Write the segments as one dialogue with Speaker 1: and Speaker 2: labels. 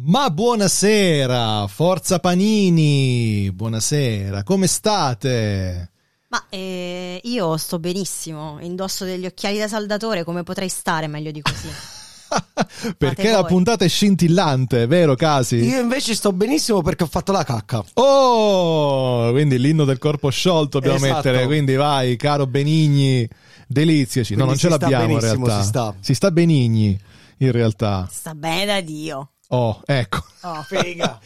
Speaker 1: Ma buonasera, Forza Panini, buonasera, come state?
Speaker 2: Ma eh, io sto benissimo, indosso degli occhiali da saldatore, come potrei stare meglio di così?
Speaker 1: perché
Speaker 2: Fate
Speaker 1: la
Speaker 2: voi.
Speaker 1: puntata è scintillante, vero Casi?
Speaker 3: Io invece sto benissimo perché ho fatto la cacca.
Speaker 1: Oh, quindi l'inno del corpo sciolto dobbiamo
Speaker 3: Esatto.
Speaker 1: mettere, quindi vai, caro Benigni, deliziaci. no,
Speaker 3: Quindi
Speaker 1: non ce
Speaker 3: si sta
Speaker 1: l'abbiamo in
Speaker 3: benissimo,
Speaker 1: realtà.
Speaker 3: si sta.
Speaker 1: Benigni, in realtà.
Speaker 2: Sta bene da Dio.
Speaker 1: Oh, ecco.
Speaker 2: Oh,
Speaker 3: Figa.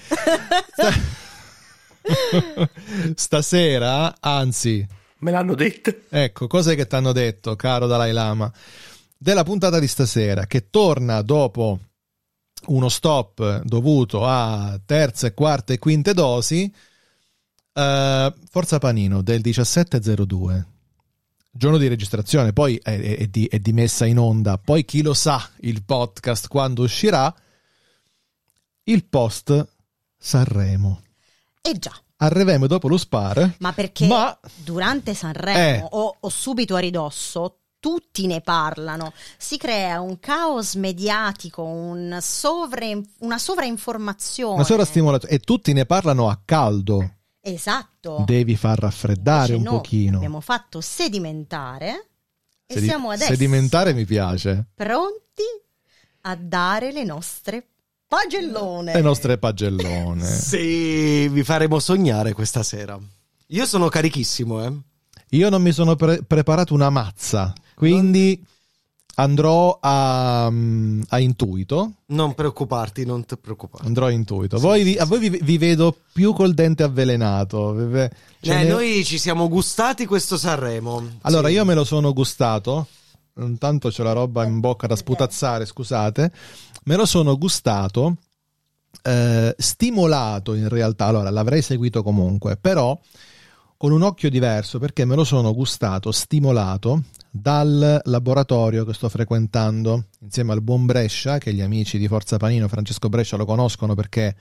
Speaker 1: Stasera, anzi,
Speaker 4: Me l'hanno detta.
Speaker 1: Ecco, cos'è che ti hanno detto, caro Dalai Lama, della puntata di stasera, che torna dopo uno stop dovuto a terze, quarte e quinte dosi, eh, Forza Panino del 1702, giorno di registrazione, poi è, è- è di, è di messa in onda, poi chi lo sa il podcast quando uscirà, il post Sanremo.
Speaker 2: E Eh già,
Speaker 1: Arriveremo dopo lo spar,
Speaker 2: ma perché
Speaker 1: ma...
Speaker 2: durante Sanremo
Speaker 1: Eh.
Speaker 2: o, o subito a ridosso tutti ne parlano, si crea un caos mediatico, un sovrain- una sovrainformazione.
Speaker 1: Una sovrastimolazione e tutti ne parlano a caldo.
Speaker 3: Oh.
Speaker 2: Esatto.
Speaker 1: Devi far raffreddare
Speaker 2: Invece
Speaker 1: un
Speaker 2: no,
Speaker 1: pochino.
Speaker 2: Abbiamo fatto sedimentare e
Speaker 1: Sedi-
Speaker 2: siamo adesso
Speaker 1: Sedimentare mi piace.
Speaker 2: pronti a dare le nostre pagellone.
Speaker 1: Le nostre pagellone.
Speaker 3: Eh. Sì, vi faremo sognare questa sera. Io sono carichissimo, eh.
Speaker 1: Io non mi sono pre- preparato una mazza, quindi andrò a, mm, a intuito.
Speaker 3: Non preoccuparti, non ti preoccupare.
Speaker 1: Andrò a intuito.
Speaker 3: Sì,
Speaker 1: Voi
Speaker 3: sì,
Speaker 1: vi- a
Speaker 3: sì.
Speaker 1: voi vi, vi vedo più col dente avvelenato. Ve- ce
Speaker 3: Eh,
Speaker 1: ne-
Speaker 3: noi ci siamo gustati questo Sanremo.
Speaker 1: Allora,
Speaker 3: Sì.
Speaker 1: io me lo sono gustato. Intanto c'ho la roba in bocca da sputazzare, scusate. Me lo sono gustato, eh, stimolato in realtà. Allora, l'avrei seguito comunque, però con un occhio diverso perché me lo sono gustato, stimolato dal laboratorio che sto frequentando insieme al buon Brescia, che gli amici di Forza Panino, Francesco Brescia, lo conoscono perché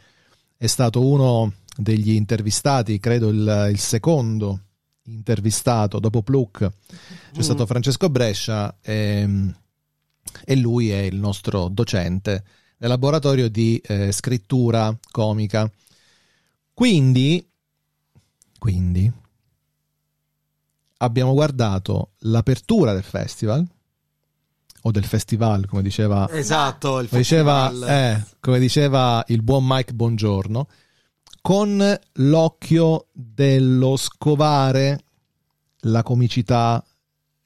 Speaker 1: è stato uno degli intervistati, credo il, il secondo intervistato dopo Pluck c'è
Speaker 3: Mm.
Speaker 1: stato Francesco Brescia ehm, e lui è il nostro docente del laboratorio di eh, scrittura comica. Quindi, quindi abbiamo guardato l'apertura del festival o del festival, come diceva
Speaker 3: Esatto, il
Speaker 1: come diceva,
Speaker 3: festival.
Speaker 1: eh, come diceva il buon Mike Buongiorno, con l'occhio dello scovare la comicità,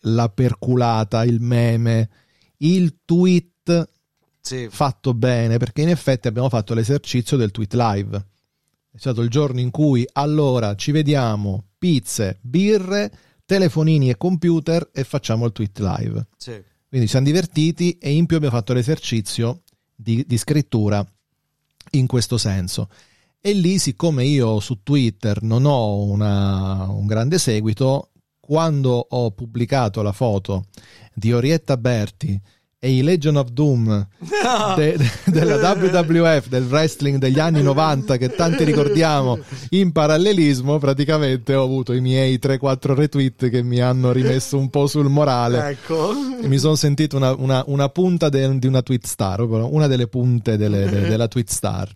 Speaker 1: la perculata, il meme, il tweet
Speaker 3: Sì.
Speaker 1: fatto bene, perché in effetti abbiamo fatto l'esercizio del tweet live. È stato il giorno in cui allora ci vediamo, pizze, birre, telefonini e computer e facciamo il tweet live.
Speaker 3: sì.
Speaker 1: Quindi ci siamo divertiti e in più abbiamo fatto l'esercizio di, di scrittura in questo senso. E lì, siccome io su Twitter non ho una- un grande seguito, quando ho pubblicato la foto di Orietta Berti e i Legion of Doom
Speaker 3: Ah.
Speaker 1: de- de- della WWF, del wrestling degli anni 90, che tanti ricordiamo in parallelismo, praticamente ho avuto i miei 3-4 retweet che mi hanno rimesso un po' sul morale.
Speaker 3: Ecco.
Speaker 1: E mi sono sentito una, una- una punta de- di una tweet star, proprio una delle punte delle- de- della tweet star.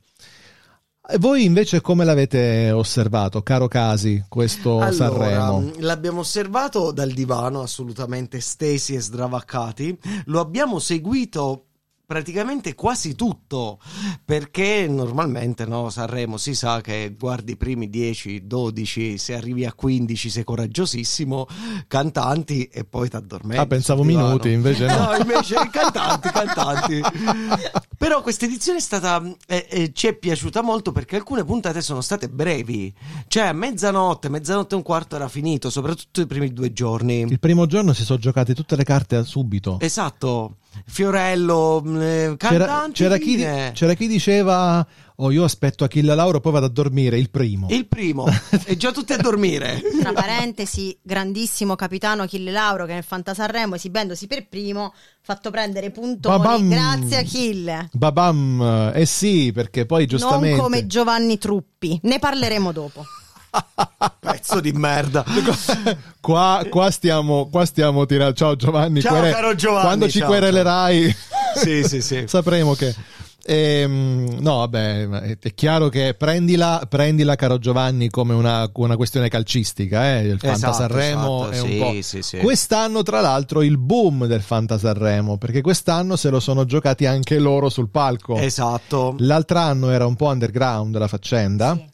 Speaker 1: E voi invece come l'avete osservato, caro Casi, questo
Speaker 3: Allora, mm,
Speaker 1: Sanremo?
Speaker 3: l'abbiamo osservato dal divano, assolutamente stesi e sdravaccati. Lo abbiamo seguito praticamente quasi tutto, perché normalmente no, Sanremo si sa che guardi i primi 10, 12, se arrivi a 15 sei coraggiosissimo, cantanti e poi ti addormenti.
Speaker 1: Ah, pensavo
Speaker 3: sul divano.
Speaker 1: minuti, invece no.
Speaker 3: No, invece cantanti, cantanti. Però questa edizione è stata. eh, eh, ci è piaciuta molto perché alcune puntate sono state brevi. Cioè, a mezzanotte, mezzanotte e un quarto era finito, soprattutto i primi due giorni.
Speaker 1: Il primo giorno si sono giocate tutte le carte a- subito.
Speaker 3: Esatto. Fiorello, mh, eh,
Speaker 1: C'era,
Speaker 3: cantanti.
Speaker 1: c'era chi, di-
Speaker 3: fine.
Speaker 1: c'era chi diceva, oh io aspetto Achille Lauro, poi vado a dormire, il primo.
Speaker 3: Il primo, e già tutti a dormire.
Speaker 2: Tra parentesi, grandissimo capitano Achille Lauro che nel Fantasanremo, esibendosi per primo, fatto prendere puntoni.
Speaker 1: Babam.
Speaker 2: Grazie Achille.
Speaker 1: Babam, eh sì, perché poi giustamente...
Speaker 2: Non come Giovanni Truppi, ne parleremo dopo.
Speaker 3: Pezzo di merda.
Speaker 1: Qua, qua stiamo, qua stiamo tirando. Ciao Giovanni.
Speaker 3: Ciao, caro Giovanni,
Speaker 1: Quando ci
Speaker 3: ciao,
Speaker 1: querelerai,
Speaker 3: Sì, sì, sì.
Speaker 1: sapremo che. E, mm, no, vabbè, è- è chiaro che prendila, prendila caro Giovanni, come una, una questione calcistica. Eh? Il Fanta
Speaker 3: Esatto,
Speaker 1: Sanremo
Speaker 3: esatto,
Speaker 1: è un
Speaker 3: sì,
Speaker 1: po'.
Speaker 3: sì, sì.
Speaker 1: Quest'anno, tra l'altro, il boom del Fanta Sanremo, perché quest'anno se lo sono giocati anche loro sul palco.
Speaker 3: Esatto.
Speaker 1: L'altro anno era un po' underground la faccenda.
Speaker 2: Sì.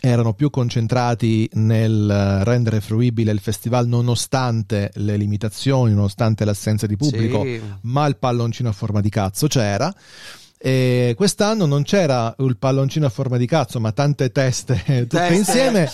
Speaker 1: Erano più concentrati nel eh, rendere fruibile il festival nonostante le limitazioni, nonostante l'assenza di pubblico
Speaker 3: Sì.
Speaker 1: ma il palloncino a forma di cazzo c'era. E quest'anno non c'era il palloncino a forma di cazzo, ma tante teste tutte
Speaker 3: Teste.
Speaker 1: insieme.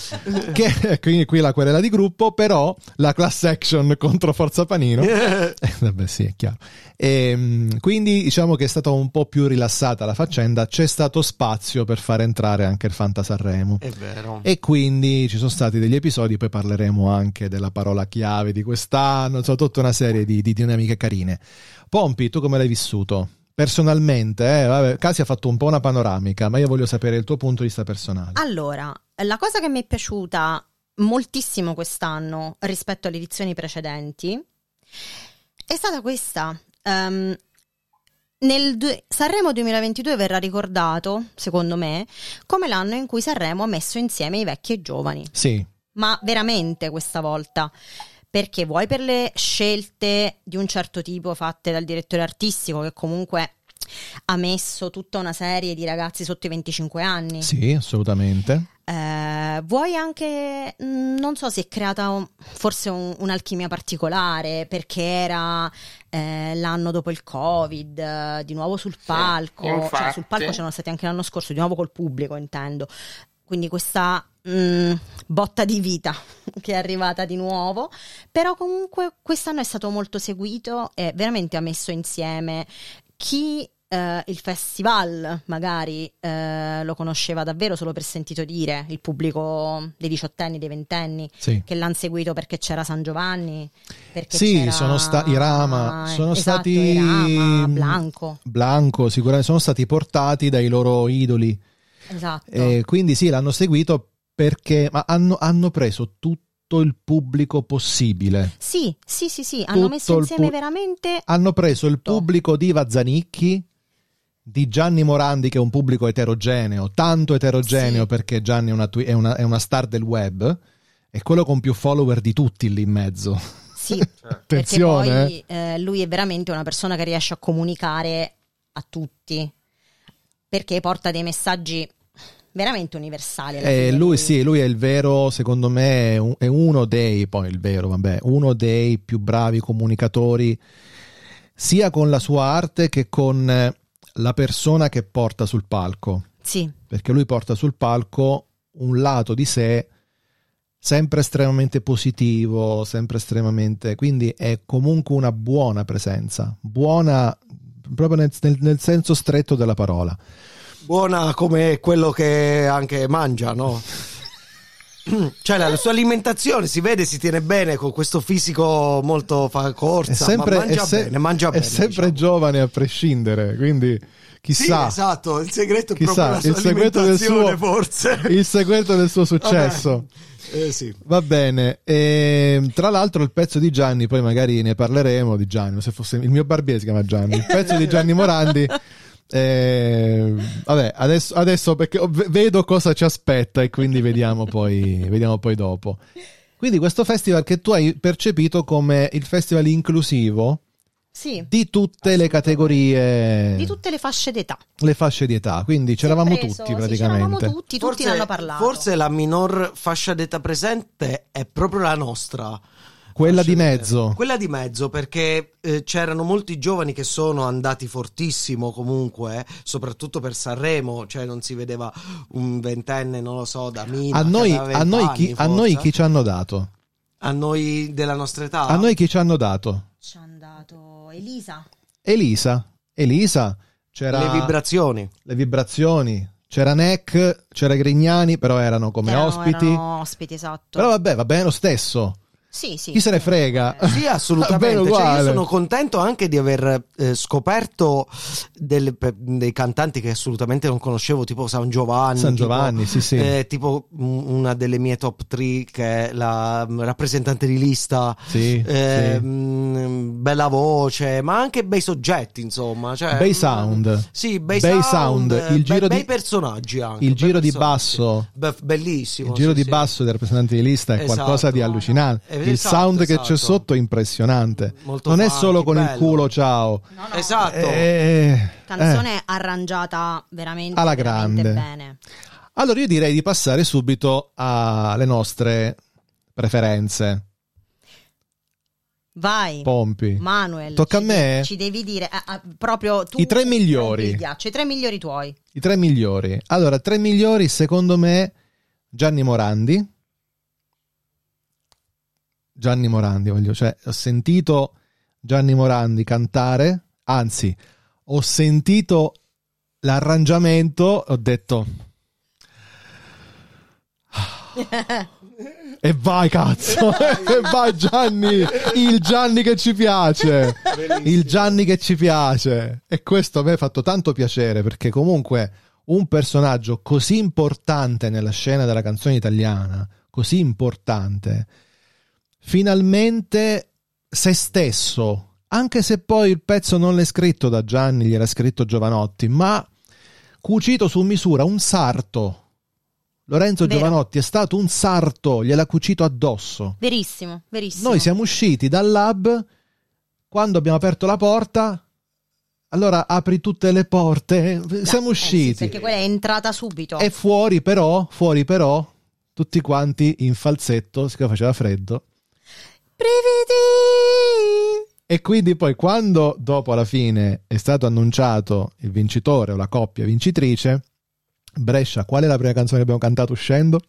Speaker 1: Che, quindi qui la querela di gruppo, però la class action contro Forza Panino. Eh, Vabbè, sì, è chiaro. Ehm, quindi diciamo che è stata un po' più rilassata la faccenda, c'è stato spazio per far entrare anche il Fanta Sanremo.
Speaker 3: È vero.
Speaker 1: E quindi ci sono stati degli episodi, poi parleremo anche della parola chiave di quest'anno, insomma, tutta una serie di, di dinamiche carine. Pompi, tu come l'hai vissuto? Personalmente, eh, vabbè, Casi ha fatto un po' una panoramica, ma io voglio sapere il tuo punto di vista personale.
Speaker 2: Ah, Allora, la cosa che mi è piaciuta moltissimo quest'anno rispetto alle edizioni precedenti è stata questa. Ehm, nel du- Sanremo 2022 verrà ricordato, secondo me, come l'anno in cui Sanremo ha messo insieme i vecchi e i giovani
Speaker 1: Sì,
Speaker 2: ma veramente questa volta. Perché vuoi per le scelte di un certo tipo fatte dal direttore artistico che comunque ha messo tutta una serie di ragazzi sotto i 25 anni.
Speaker 1: sì, assolutamente.
Speaker 2: Eh, vuoi anche, mh, non so, si è creata un- forse un- un'alchimia particolare perché era eh, l'anno dopo il Covid, eh, di nuovo sul palco, cioè
Speaker 4: infatti.
Speaker 2: sul palco c'erano stati anche l'anno scorso, di nuovo col pubblico intendo. Quindi questa mh, botta di vita che è arrivata di nuovo, però comunque quest'anno è stato molto seguito e veramente ha messo insieme chi eh, il festival magari eh, lo conosceva davvero solo per sentito dire, il pubblico dei diciottenni, dei ventenni,
Speaker 1: Sì.
Speaker 2: che l'hanno seguito perché c'era San Giovanni, perché
Speaker 1: Sì,
Speaker 2: c'era-
Speaker 1: sono stati i Rama, sono
Speaker 2: Esatto,
Speaker 1: stati
Speaker 2: i Rama, Blanco,
Speaker 1: Blanco, sicuramente sono stati portati dai loro idoli.
Speaker 2: esatto.
Speaker 1: E quindi sì, l'hanno seguito perché ma hanno, hanno preso tutto il pubblico possibile.
Speaker 2: Sì, sì, sì, sì, hanno messo
Speaker 1: il pu-
Speaker 2: insieme
Speaker 1: Ah,
Speaker 2: veramente
Speaker 1: Hanno preso il
Speaker 2: tutto.
Speaker 1: pubblico di Vazzanicchi, di Gianni Morandi, che è un pubblico eterogeneo, tanto eterogeneo
Speaker 2: Sì.
Speaker 1: perché Gianni è una, twi- è una- è una star del web, è quello con più follower di tutti lì in mezzo.
Speaker 2: Sì, perché
Speaker 1: Attenzione. eh.
Speaker 2: poi eh, lui è veramente una persona che riesce a comunicare a tutti perché porta dei messaggi veramente universali. alla
Speaker 1: Eh,
Speaker 2: fine,
Speaker 1: lui sì, lui è il vero, secondo me, è un- è uno dei, poi il vero, vabbè, uno dei più bravi comunicatori, sia con la sua arte che con eh, la persona che porta sul palco,
Speaker 2: Sì,
Speaker 1: perché lui porta sul palco un lato di sé sempre estremamente positivo, sempre estremamente, quindi è comunque una buona presenza, buona proprio nel- nel- nel senso stretto della parola.
Speaker 3: Buona come quello che anche mangia, no? Cioè la, la sua alimentazione si vede, si tiene bene con questo fisico molto fa corsa,
Speaker 1: è sempre,
Speaker 3: ma mangia
Speaker 1: è se-
Speaker 3: bene, mangia
Speaker 1: è
Speaker 3: bene.
Speaker 1: sempre
Speaker 3: diciamo.
Speaker 1: giovane a prescindere, quindi
Speaker 3: Sì,
Speaker 1: chissà,
Speaker 3: esatto, il segreto è
Speaker 1: Chissà,
Speaker 3: proprio la sua
Speaker 1: il segreto del suo-
Speaker 3: alimentazione, forse.
Speaker 1: il segreto del suo successo.
Speaker 3: Vabbè. Eh, sì.
Speaker 1: Va bene, ehm, tra l'altro il pezzo di Gianni, poi magari ne parleremo di Gianni, se fosse il mio barbiere si chiama Gianni, il pezzo di Gianni Morandi. eh, vabbè, adesso, adesso perché ho- v- vedo cosa ci aspetta e quindi vediamo poi, vediamo poi dopo. Quindi questo festival che tu hai percepito come il festival inclusivo
Speaker 2: sì,
Speaker 1: di tutte le categorie
Speaker 2: di tutte le fasce d'età.
Speaker 1: le fasce di età, quindi
Speaker 2: Si è
Speaker 1: c'eravamo
Speaker 2: preso-
Speaker 1: tutti
Speaker 2: sì, c'eravamo
Speaker 1: praticamente.
Speaker 2: tutti, tutti ne hanno parlato.
Speaker 3: Forse la minor fascia d'età presente è proprio la nostra.
Speaker 1: Quella
Speaker 3: Fascia
Speaker 1: di
Speaker 3: d'età.
Speaker 1: mezzo.
Speaker 3: Quella di mezzo perché eh, c'erano molti giovani che sono andati fortissimo comunque, eh, soprattutto per Sanremo, cioè non si vedeva un ventenne, non lo so, da Mina.
Speaker 1: A
Speaker 3: che
Speaker 1: noi,
Speaker 3: aveva
Speaker 1: a noi chi,
Speaker 3: 20
Speaker 1: a
Speaker 3: anni,
Speaker 1: noi
Speaker 3: forse.
Speaker 1: chi ci hanno dato?
Speaker 3: A noi della nostra età?
Speaker 1: A noi chi ci hanno dato?
Speaker 2: Ci ha andato Elisa.
Speaker 1: Elisa. Elisa. C'era
Speaker 3: Le vibrazioni.
Speaker 1: le vibrazioni. C'era Neck, c'era Grignani, però erano come
Speaker 2: che erano-
Speaker 1: ospiti.
Speaker 2: erano ospiti, esatto.
Speaker 1: Però vabbè, va bene lo stesso.
Speaker 2: Sì, sì.
Speaker 1: Chi se ne frega?
Speaker 3: Sì, assolutamente.
Speaker 1: Bene,
Speaker 3: Cioè, io
Speaker 1: uguale.
Speaker 3: sono contento anche di aver eh, scoperto delle- pe- dei cantanti che assolutamente non conoscevo, tipo San Giovanni.
Speaker 1: San
Speaker 3: tipo-
Speaker 1: Giovanni, sì, sì.
Speaker 3: eh, tipo mh, una delle mie top 3 che è la mh, rappresentante di lista,
Speaker 1: Sì,
Speaker 3: eh,
Speaker 1: sì.
Speaker 3: mh, bella voce, ma anche bei soggetti, insomma. Cioè,
Speaker 1: Bay
Speaker 3: mh,
Speaker 1: Sound.
Speaker 3: Sì, bei,
Speaker 1: Bay
Speaker 3: sound,
Speaker 1: Sound,
Speaker 3: eh,
Speaker 1: il
Speaker 3: be-
Speaker 1: giro di-
Speaker 3: bei personaggi anche.
Speaker 1: Il
Speaker 3: bei
Speaker 1: giro di
Speaker 3: personaggi.
Speaker 1: basso.
Speaker 3: Be- bellissimo.
Speaker 1: Il giro
Speaker 3: sì,
Speaker 1: di
Speaker 3: sì.
Speaker 1: basso del rappresentante di lista è
Speaker 3: Esatto.
Speaker 1: qualcosa di allucinante.
Speaker 3: Eh,
Speaker 1: il
Speaker 3: esatto,
Speaker 1: sound che
Speaker 3: esatto.
Speaker 1: c'è sotto è impressionante.
Speaker 3: Molto
Speaker 1: non è
Speaker 3: funky,
Speaker 1: solo con il
Speaker 3: bello.
Speaker 1: culo, ciao.
Speaker 2: No, no.
Speaker 3: Esatto.
Speaker 1: Eh, eh.
Speaker 2: Canzone arrangiata veramente,
Speaker 1: Alla
Speaker 2: veramente
Speaker 1: grande.
Speaker 2: bene.
Speaker 1: Allora io direi di passare subito alle nostre preferenze.
Speaker 2: Vai,
Speaker 1: Pompi.
Speaker 2: Manuel.
Speaker 1: Tocca
Speaker 2: ci
Speaker 1: a me?
Speaker 2: Ci devi dire eh, eh, proprio tu.
Speaker 1: I tre
Speaker 2: tu
Speaker 1: migliori.
Speaker 2: mi piace, I tre migliori tuoi.
Speaker 1: I tre migliori. Allora, tre migliori secondo me Gianni Morandi. Gianni Morandi, voglio, cioè ho sentito Gianni Morandi cantare, anzi, ho sentito l'arrangiamento, ho detto "Ah, e vai cazzo, e vai Gianni, il Gianni che ci piace il Gianni che ci piace e questo a me ha fatto tanto piacere perché comunque un personaggio così importante nella scena della canzone italiana, così importante, finalmente se stesso, anche se poi il pezzo non l'è scritto da Gianni, gliel'ha scritto Giovanotti, ma cucito su misura, un sarto. Lorenzo
Speaker 2: Vero.
Speaker 1: Giovanotti è stato un sarto, gliel'ha cucito addosso.
Speaker 2: Verissimo, verissimo.
Speaker 1: Noi siamo usciti dal lab quando abbiamo aperto la porta. Allora apri tutte le porte.
Speaker 2: Eh,
Speaker 1: Siamo
Speaker 2: eh, sì,
Speaker 1: usciti.
Speaker 2: perché quella è entrata subito.
Speaker 1: e fuori però, fuori però, tutti quanti in falsetto, siccome faceva freddo.
Speaker 2: Brividi!
Speaker 1: E quindi poi quando dopo alla fine è stato annunciato il vincitore o la coppia vincitrice, Brescia, qual è la prima canzone che abbiamo cantato uscendo?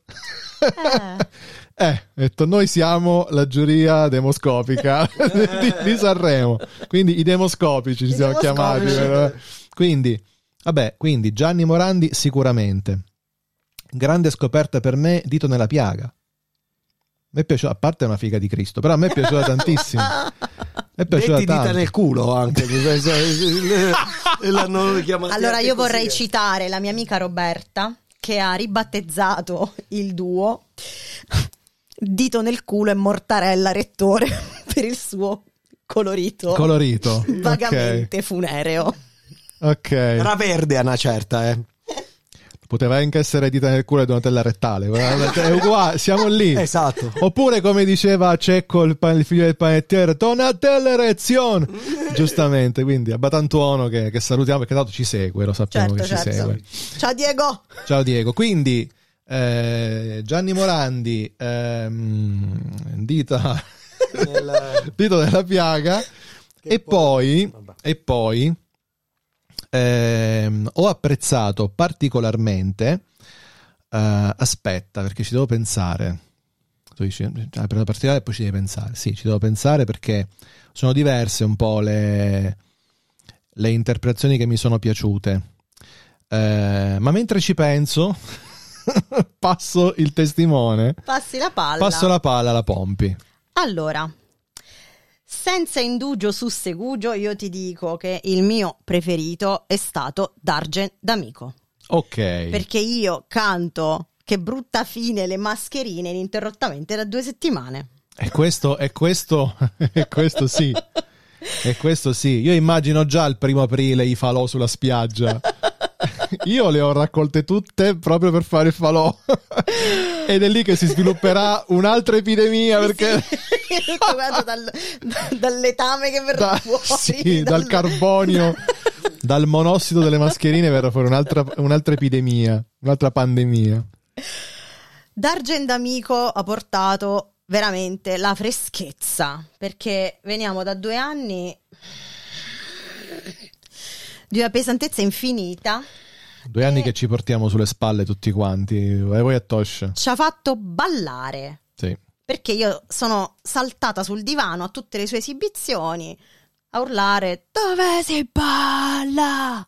Speaker 2: Eh.
Speaker 1: Eh, ho detto, noi siamo la giuria demoscopica di, di Sanremo, quindi i demoscopici ci
Speaker 2: I
Speaker 1: siamo chiamati.
Speaker 2: demoscopici.
Speaker 1: vero? Quindi, vabbè, quindi Gianni Morandi sicuramente. Grande scoperta per me, Dito nella piaga. A me è piaciuta, a parte è una figa di Cristo, però a me è piaciuta tantissimo. Mi è piaciuta
Speaker 3: Metti dita
Speaker 1: tanto.
Speaker 3: nel culo anche. mi penso, eh, L'hanno chiamata.
Speaker 2: Allora io
Speaker 3: così,
Speaker 2: vorrei
Speaker 3: eh.
Speaker 2: citare la mia amica Roberta che ha ribattezzato il duo Dito nel culo e Mortarella Rettore per il suo colorito
Speaker 1: Colorito.
Speaker 2: vagamente funereo.
Speaker 1: Ok. ok.
Speaker 3: Era verde a una certa, eh.
Speaker 1: Poteva anche essere dita nel culo e donatella rettale. guarda, È uguale, siamo lì.
Speaker 3: Esatto.
Speaker 1: Oppure come diceva Cecco il, pan- il figlio del panettiere, Donatella Rezion. Giustamente, quindi a Batantuono che, che salutiamo perché tanto ci segue, lo sappiamo
Speaker 2: Certo,
Speaker 1: che ci
Speaker 2: certo.
Speaker 1: segue.
Speaker 2: Ciao Diego!
Speaker 1: Ciao Diego, quindi eh, Gianni Morandi, ehm, dita,
Speaker 3: Nel-
Speaker 1: dito della piaga e poi,
Speaker 3: Vabbè.
Speaker 1: e poi ehm, ho apprezzato particolarmente. eh, aspetta, perché ci devo pensare. Tu dici, ah, per una particolare e poi ci devi pensare. Sì, ci devo pensare perché sono diverse un po' le, le interpretazioni che mi sono piaciute. Eh, ma mentre ci penso, passo il testimone,
Speaker 2: Passi la palla.
Speaker 1: passo la palla alla Pompi.
Speaker 2: Allora, senza indugio su Segugio, io ti dico che il mio preferito è stato Dargen D'Amico.
Speaker 1: Ok.
Speaker 2: Perché io canto che brutta fine le mascherine ininterrottamente da due settimane.
Speaker 1: E questo, e questo, e questo sì, e questo sì. Io immagino già il primo aprile i falò sulla spiaggia. Io le ho raccolte tutte proprio per fare il falò. Ed è lì che si svilupperà un'altra epidemia perché...
Speaker 2: Sì, tutto quanto dal, dal letame che verrà
Speaker 1: Da-
Speaker 2: fuori.
Speaker 1: sì, dal carbonio. Dal monossido delle mascherine verrà fuori un'altra, un'altra epidemia, un'altra pandemia.
Speaker 2: Dargen D'Amico ha portato veramente la freschezza, perché veniamo da due anni di una pesantezza infinita.
Speaker 1: Due anni
Speaker 2: Eh.
Speaker 1: che ci portiamo sulle spalle tutti quanti. E voi a Tosh?
Speaker 2: Ci ha fatto ballare.
Speaker 1: Sì.
Speaker 2: perché io sono saltata sul divano a tutte le sue esibizioni a urlare dove si balla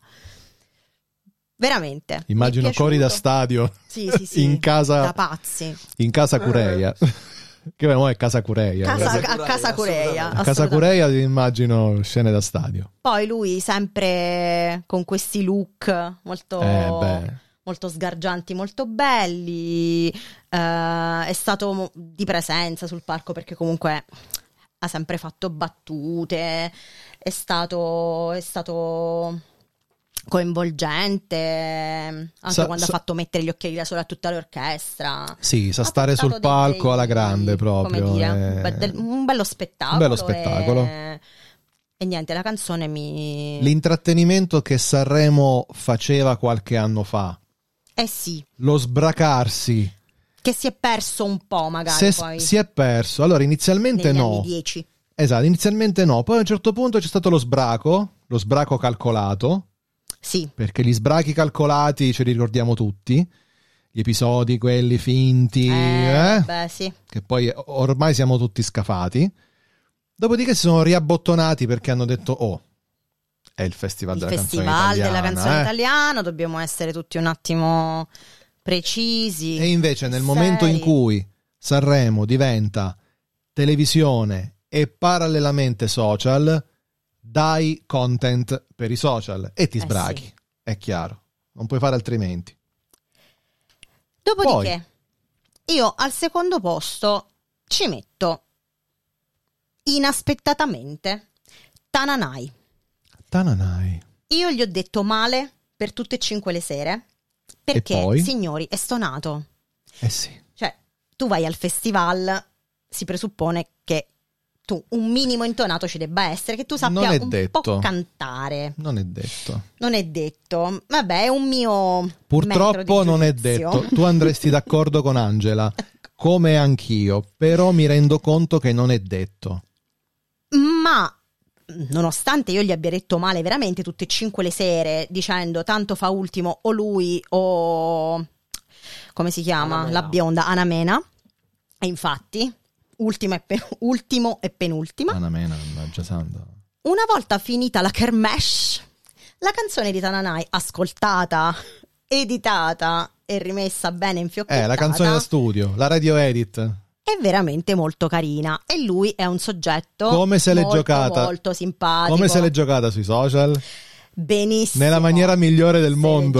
Speaker 2: veramente
Speaker 1: Immagino
Speaker 2: Mi è
Speaker 1: cori da
Speaker 2: piaciuto.
Speaker 1: stadio
Speaker 2: sì, sì, sì.
Speaker 1: in casa-
Speaker 2: da pazzi
Speaker 1: in casa Cureia. Che beh, mo è Casa Cureia.
Speaker 2: Eh. Casa-
Speaker 1: Casa,
Speaker 2: a Casa Cureia.
Speaker 1: a Casa
Speaker 2: assolutamente.
Speaker 1: Cureia immagino scene da stadio.
Speaker 2: Poi lui sempre con questi look molto,
Speaker 1: Eh, beh.
Speaker 2: molto sgargianti, molto belli. eh, è stato mo- di presenza sul parco perché comunque ha sempre fatto battute. È stato, è stato coinvolgente anche
Speaker 1: Sa-
Speaker 2: quando
Speaker 1: sa-
Speaker 2: ha fatto mettere gli occhiali da sole a tutta l'orchestra.
Speaker 1: Sì, sa
Speaker 2: Ha
Speaker 1: stare
Speaker 2: portato
Speaker 1: sul
Speaker 2: dei
Speaker 1: palco
Speaker 2: bei-
Speaker 1: alla grande proprio.
Speaker 2: Come dire,
Speaker 1: eh.
Speaker 2: un, be- del- un bello spettacolo. eh.
Speaker 1: bello spettacolo.
Speaker 2: E... e niente, la canzone mi...
Speaker 1: L'intrattenimento che Sanremo faceva qualche anno fa,
Speaker 2: Eh sì,
Speaker 1: lo sbracarsi,
Speaker 2: che si è perso un po' magari
Speaker 1: se
Speaker 2: poi.
Speaker 1: si è perso. Allora, inizialmente
Speaker 2: negli
Speaker 1: no.
Speaker 2: anni 10.
Speaker 1: Esatto, inizialmente no. Poi a un certo punto c'è stato lo sbraco, lo sbraco calcolato,
Speaker 2: Sì,
Speaker 1: perché gli sbrachi calcolati ce li ricordiamo tutti. Gli episodi, quelli finti,
Speaker 2: eh,
Speaker 1: eh?
Speaker 2: beh sì.
Speaker 1: che poi ormai siamo tutti scafati. Dopodiché si sono riabbottonati perché hanno detto: Oh, è il festival
Speaker 2: Il
Speaker 1: della
Speaker 2: festival
Speaker 1: canzone italiana.
Speaker 2: della canzone
Speaker 1: eh."
Speaker 2: italiana, dobbiamo essere tutti un attimo precisi.
Speaker 1: E invece, nel
Speaker 2: Sei.
Speaker 1: momento in cui Sanremo diventa televisione e parallelamente social, dai content per i social e ti
Speaker 2: Eh
Speaker 1: sbrachi.
Speaker 2: sì.
Speaker 1: È chiaro, non puoi fare altrimenti.
Speaker 2: Dopodiché, io al secondo posto ci metto inaspettatamente Tananai.
Speaker 1: Tananai.
Speaker 2: Io gli ho detto male per tutte e cinque le sere perché,
Speaker 1: poi?
Speaker 2: signori, è stonato.
Speaker 1: Eh sì.
Speaker 2: Cioè, tu vai al festival, si presuppone che tu un minimo intonato ci debba essere, che tu sappia
Speaker 1: Non è
Speaker 2: un po'
Speaker 1: detto.
Speaker 2: cantare.
Speaker 1: Non è detto.
Speaker 2: Non è detto. Vabbè, è un mio metro
Speaker 1: Purtroppo
Speaker 2: di
Speaker 1: non è
Speaker 2: giudizio.
Speaker 1: detto. Tu andresti d'accordo con Angela, come anch'io, però mi rendo conto che non è detto.
Speaker 2: ma nonostante io gli abbia detto male veramente tutte e cinque le sere dicendo tanto fa ultimo o lui o come si chiama
Speaker 3: Anamena.
Speaker 2: la bionda Anamena e infatti ultima e pe- ultimo e penultima
Speaker 1: Anna Mena, mannaggia santo.
Speaker 2: una volta finita la kermesh la canzone di Tananai ascoltata editata e rimessa bene infiocchettata
Speaker 1: Eh, la canzone da studio, la radio edit.
Speaker 2: è veramente molto carina e lui è un soggetto
Speaker 1: Come se l'è
Speaker 2: Oh, molto,
Speaker 1: giocata?
Speaker 2: molto simpatico
Speaker 1: Come se l'è giocata sui social?
Speaker 2: benissimo
Speaker 1: Nella maniera migliore del
Speaker 2: Se l'è
Speaker 1: mondo.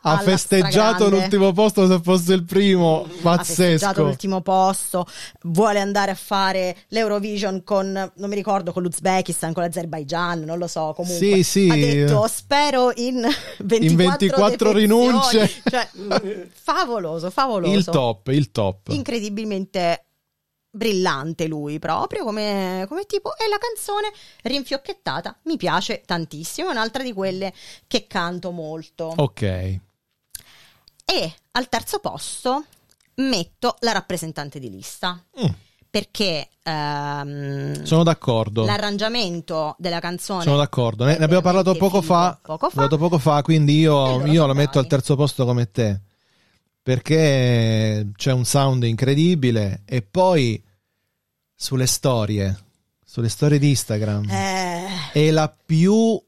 Speaker 1: Ha
Speaker 2: alla
Speaker 1: festeggiato
Speaker 2: stragrande.
Speaker 1: l'ultimo posto come se fosse il primo.
Speaker 2: ha festeggiato
Speaker 1: Pazzesco.
Speaker 2: l'ultimo posto vuole andare a fare l'Eurovision con non mi ricordo con l'Uzbekistan con l'Azerbaijan non lo so comunque
Speaker 1: Sì, sì.
Speaker 2: ha detto spero in 24,
Speaker 1: In 24
Speaker 2: defezioni".
Speaker 1: rinunce.
Speaker 2: cioè, favoloso favoloso
Speaker 1: Il top, il top.
Speaker 2: incredibilmente brillante lui proprio come, come tipo e la canzone rinfiocchettata mi piace tantissimo è un'altra di quelle che canto molto
Speaker 1: ok.
Speaker 2: e al terzo posto metto la rappresentante di lista
Speaker 1: Mm,
Speaker 2: perché ehm,
Speaker 1: sono d'accordo.
Speaker 2: l'arrangiamento della canzone
Speaker 1: Sono d'accordo. Ne,
Speaker 2: è
Speaker 1: ne abbiamo parlato
Speaker 2: veramente
Speaker 1: poco
Speaker 2: figo.
Speaker 1: fa.
Speaker 2: Poco
Speaker 1: Ne
Speaker 2: fa.
Speaker 1: ho parlato poco fa, quindi
Speaker 2: E
Speaker 1: io,
Speaker 2: allora
Speaker 1: io lo
Speaker 2: Eh, dai.
Speaker 1: metto al terzo posto come te. Perché c'è un sound incredibile. E poi sulle storie, sulle storie di Instagram.
Speaker 2: Eh,
Speaker 1: è la più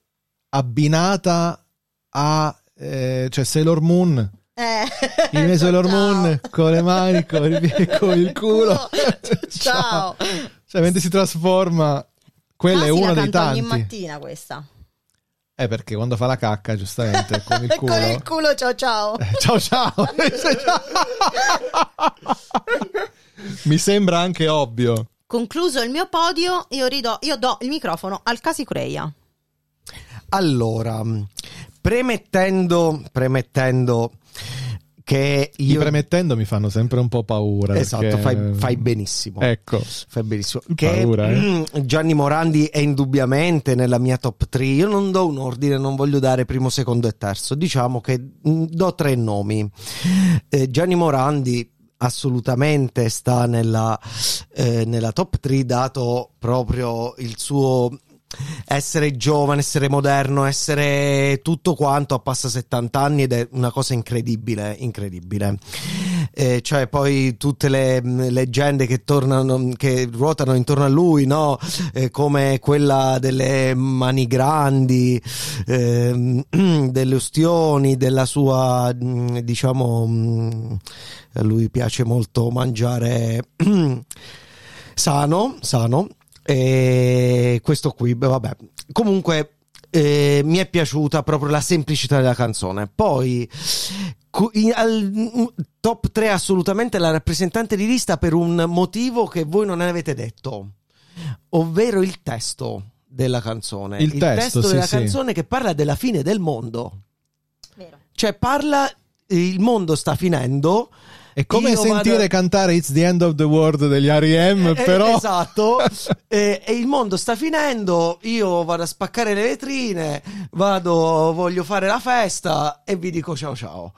Speaker 1: abbinata a eh, cioè Sailor Moon
Speaker 2: eh.
Speaker 1: il mio Sailor Moon con le mani con il, con il culo
Speaker 2: ciao
Speaker 1: cioè mentre si trasforma quella
Speaker 2: Quasi
Speaker 1: è
Speaker 2: la
Speaker 1: una dei
Speaker 2: canto ogni
Speaker 1: tanti
Speaker 2: mattina questa
Speaker 1: eh perché quando fa la cacca giustamente con il culo
Speaker 2: con il culo ciao ciao
Speaker 1: Eh, ciao ciao mi sembra anche ovvio
Speaker 2: concluso il mio podio io, ridò, io do il microfono al Casi Cureia
Speaker 3: Allora, mm, premettendo, premettendo che
Speaker 1: i
Speaker 3: io...
Speaker 1: premettendo mi fanno sempre un po' paura
Speaker 3: Esatto,
Speaker 1: perché- mm,
Speaker 3: fai, fai benissimo.
Speaker 1: ecco
Speaker 3: Fai benissimo. Che,
Speaker 1: Paura, eh.
Speaker 3: mm, Gianni Morandi è indubbiamente nella mia top 3. Io non do un ordine, non voglio dare primo, secondo e terzo. Diciamo che mm, do tre nomi. Eh, Gianni Morandi assolutamente sta nella, eh, nella top 3 dato proprio il suo essere giovane, essere moderno, essere tutto quanto a passa 70 anni ed è una cosa incredibile, incredibile. eh, cioè poi tutte le mh, leggende che, tornano, che ruotano intorno a lui, no? Eh, come quella delle mani grandi, ehm, delle ustioni, della sua, mh, diciamo, mh, a lui piace molto mangiare sano, sano. E questo qui, beh, vabbè. Comunque eh, mi è piaciuta proprio la semplicità della canzone. Poi cu- in- al- mm, top 3 assolutamente la rappresentante di lista per un motivo che voi non avete detto, ovvero il testo della canzone.
Speaker 1: Il testo, sì,
Speaker 3: della
Speaker 1: sì.
Speaker 3: canzone che parla della fine del mondo.
Speaker 2: Vero.
Speaker 3: Cioè parla il mondo sta finendo
Speaker 1: È come
Speaker 3: Io
Speaker 1: sentire
Speaker 3: vado-
Speaker 1: cantare It's the End of the World degli R.E.M.
Speaker 3: Eh,
Speaker 1: però
Speaker 3: esatto e, e il mondo sta finendo io vado a spaccare le vetrine vado voglio fare la festa e vi dico ciao ciao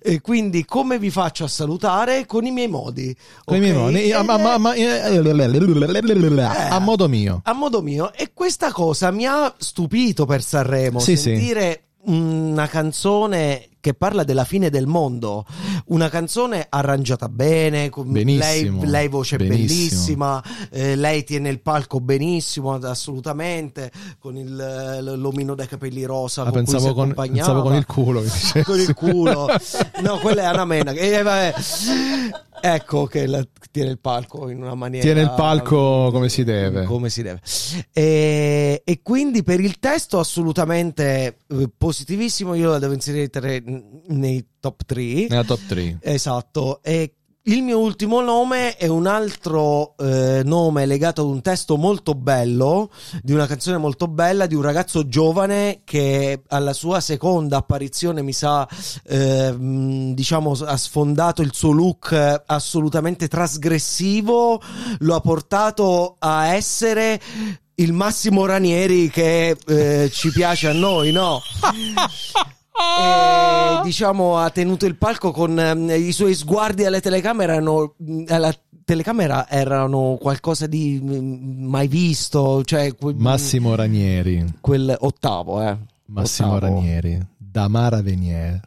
Speaker 3: e quindi come vi faccio a salutare con i miei modi
Speaker 1: Con i miei
Speaker 3: ok? Eh.
Speaker 1: nonni, a-
Speaker 3: Ed
Speaker 1: ma- ma-
Speaker 3: è-
Speaker 1: ma- eh, a modo mio.
Speaker 3: a modo mio e questa cosa mi ha stupito per Sanremo
Speaker 1: Sì, sì.
Speaker 3: sentire una canzone che parla della fine del mondo una canzone arrangiata bene con lei,
Speaker 1: Benissimo,
Speaker 3: lei voce
Speaker 1: benissimo.
Speaker 3: bellissima eh, lei tiene il palco benissimo assolutamente con il, eh, l- l'omino dai capelli rosa
Speaker 1: Ah,
Speaker 3: con cui
Speaker 1: pensavo,
Speaker 3: si
Speaker 1: con,
Speaker 3: accompagnava
Speaker 1: pensavo con il culo. che dicessi.
Speaker 3: con il culo. No, quella è Anna Mena. Eh, vabbè. Ecco che la- tiene il palco in una maniera.
Speaker 1: Tiene il palco come si deve.
Speaker 3: Come si deve. E, e quindi per il testo assolutamente eh, positivissimo. Io la devo inserire tra- nei top 3.
Speaker 1: Nella top 3.
Speaker 3: Esatto. E il mio ultimo nome è un altro eh, nome legato ad un testo molto bello, di una canzone molto bella, di un ragazzo giovane che alla sua seconda apparizione, mi sa, eh, mh, diciamo, s- ha sfondato il suo look eh, assolutamente trasgressivo, lo ha portato a essere il Massimo Ranieri che eh, ci piace a noi, no?
Speaker 2: Eh,
Speaker 3: e, diciamo ha tenuto il palco con ehm, i suoi sguardi alle telecamere erano mh, alla telecamera erano qualcosa di mh, mai visto cioè que-
Speaker 1: Massimo Ranieri.
Speaker 3: quel ottavo eh
Speaker 1: Massimo
Speaker 3: Ottavo.
Speaker 1: Ranieri. Damara Venier.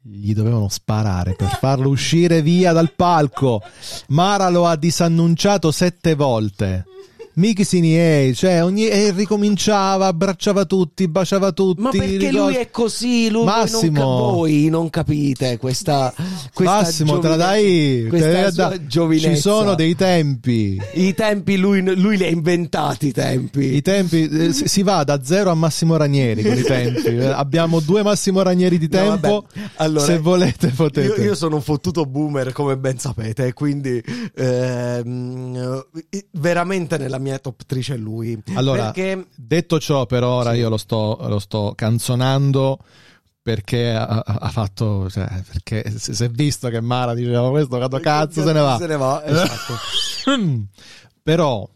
Speaker 1: Gli dovevano sparare per farlo uscire via dal palco. Mara lo ha disannunciato sette volte. Miki Siniei, cioè, ogni, e ricominciava, abbracciava tutti, baciava tutti.
Speaker 3: ma perché
Speaker 1: ricor-
Speaker 3: lui è così lui, lui non
Speaker 1: Massimo.
Speaker 3: cap- voi non capite questa, questa
Speaker 1: Massimo, te la
Speaker 3: giovine-
Speaker 1: dai? Te
Speaker 3: questa
Speaker 1: la
Speaker 3: sua
Speaker 1: dai.
Speaker 3: giovinezza.
Speaker 1: Ci sono dei tempi.
Speaker 3: i tempi lui, lui li ha inventati i tempi
Speaker 1: I tempi eh, si si va da zero a Massimo Ranieri con i tempi. Eh, Abbiamo due Massimo Ranieri di
Speaker 3: No,
Speaker 1: tempo.
Speaker 3: vabbè. Allora,
Speaker 1: se volete, potete.
Speaker 3: Io, io sono un fottuto boomer, come ben sapete, quindi ehm, veramente nella mia top 3 c'è lui.
Speaker 1: Allora,
Speaker 3: perché
Speaker 1: detto ciò, per ora
Speaker 3: Sì.
Speaker 1: io lo sto, lo sto canzonando. Perché ha, ha- ha fatto. Cioè, perché si si è visto che Mara diceva questo cado cazzo, se ne va. Eh.
Speaker 3: Se ne va, esatto.
Speaker 1: Però.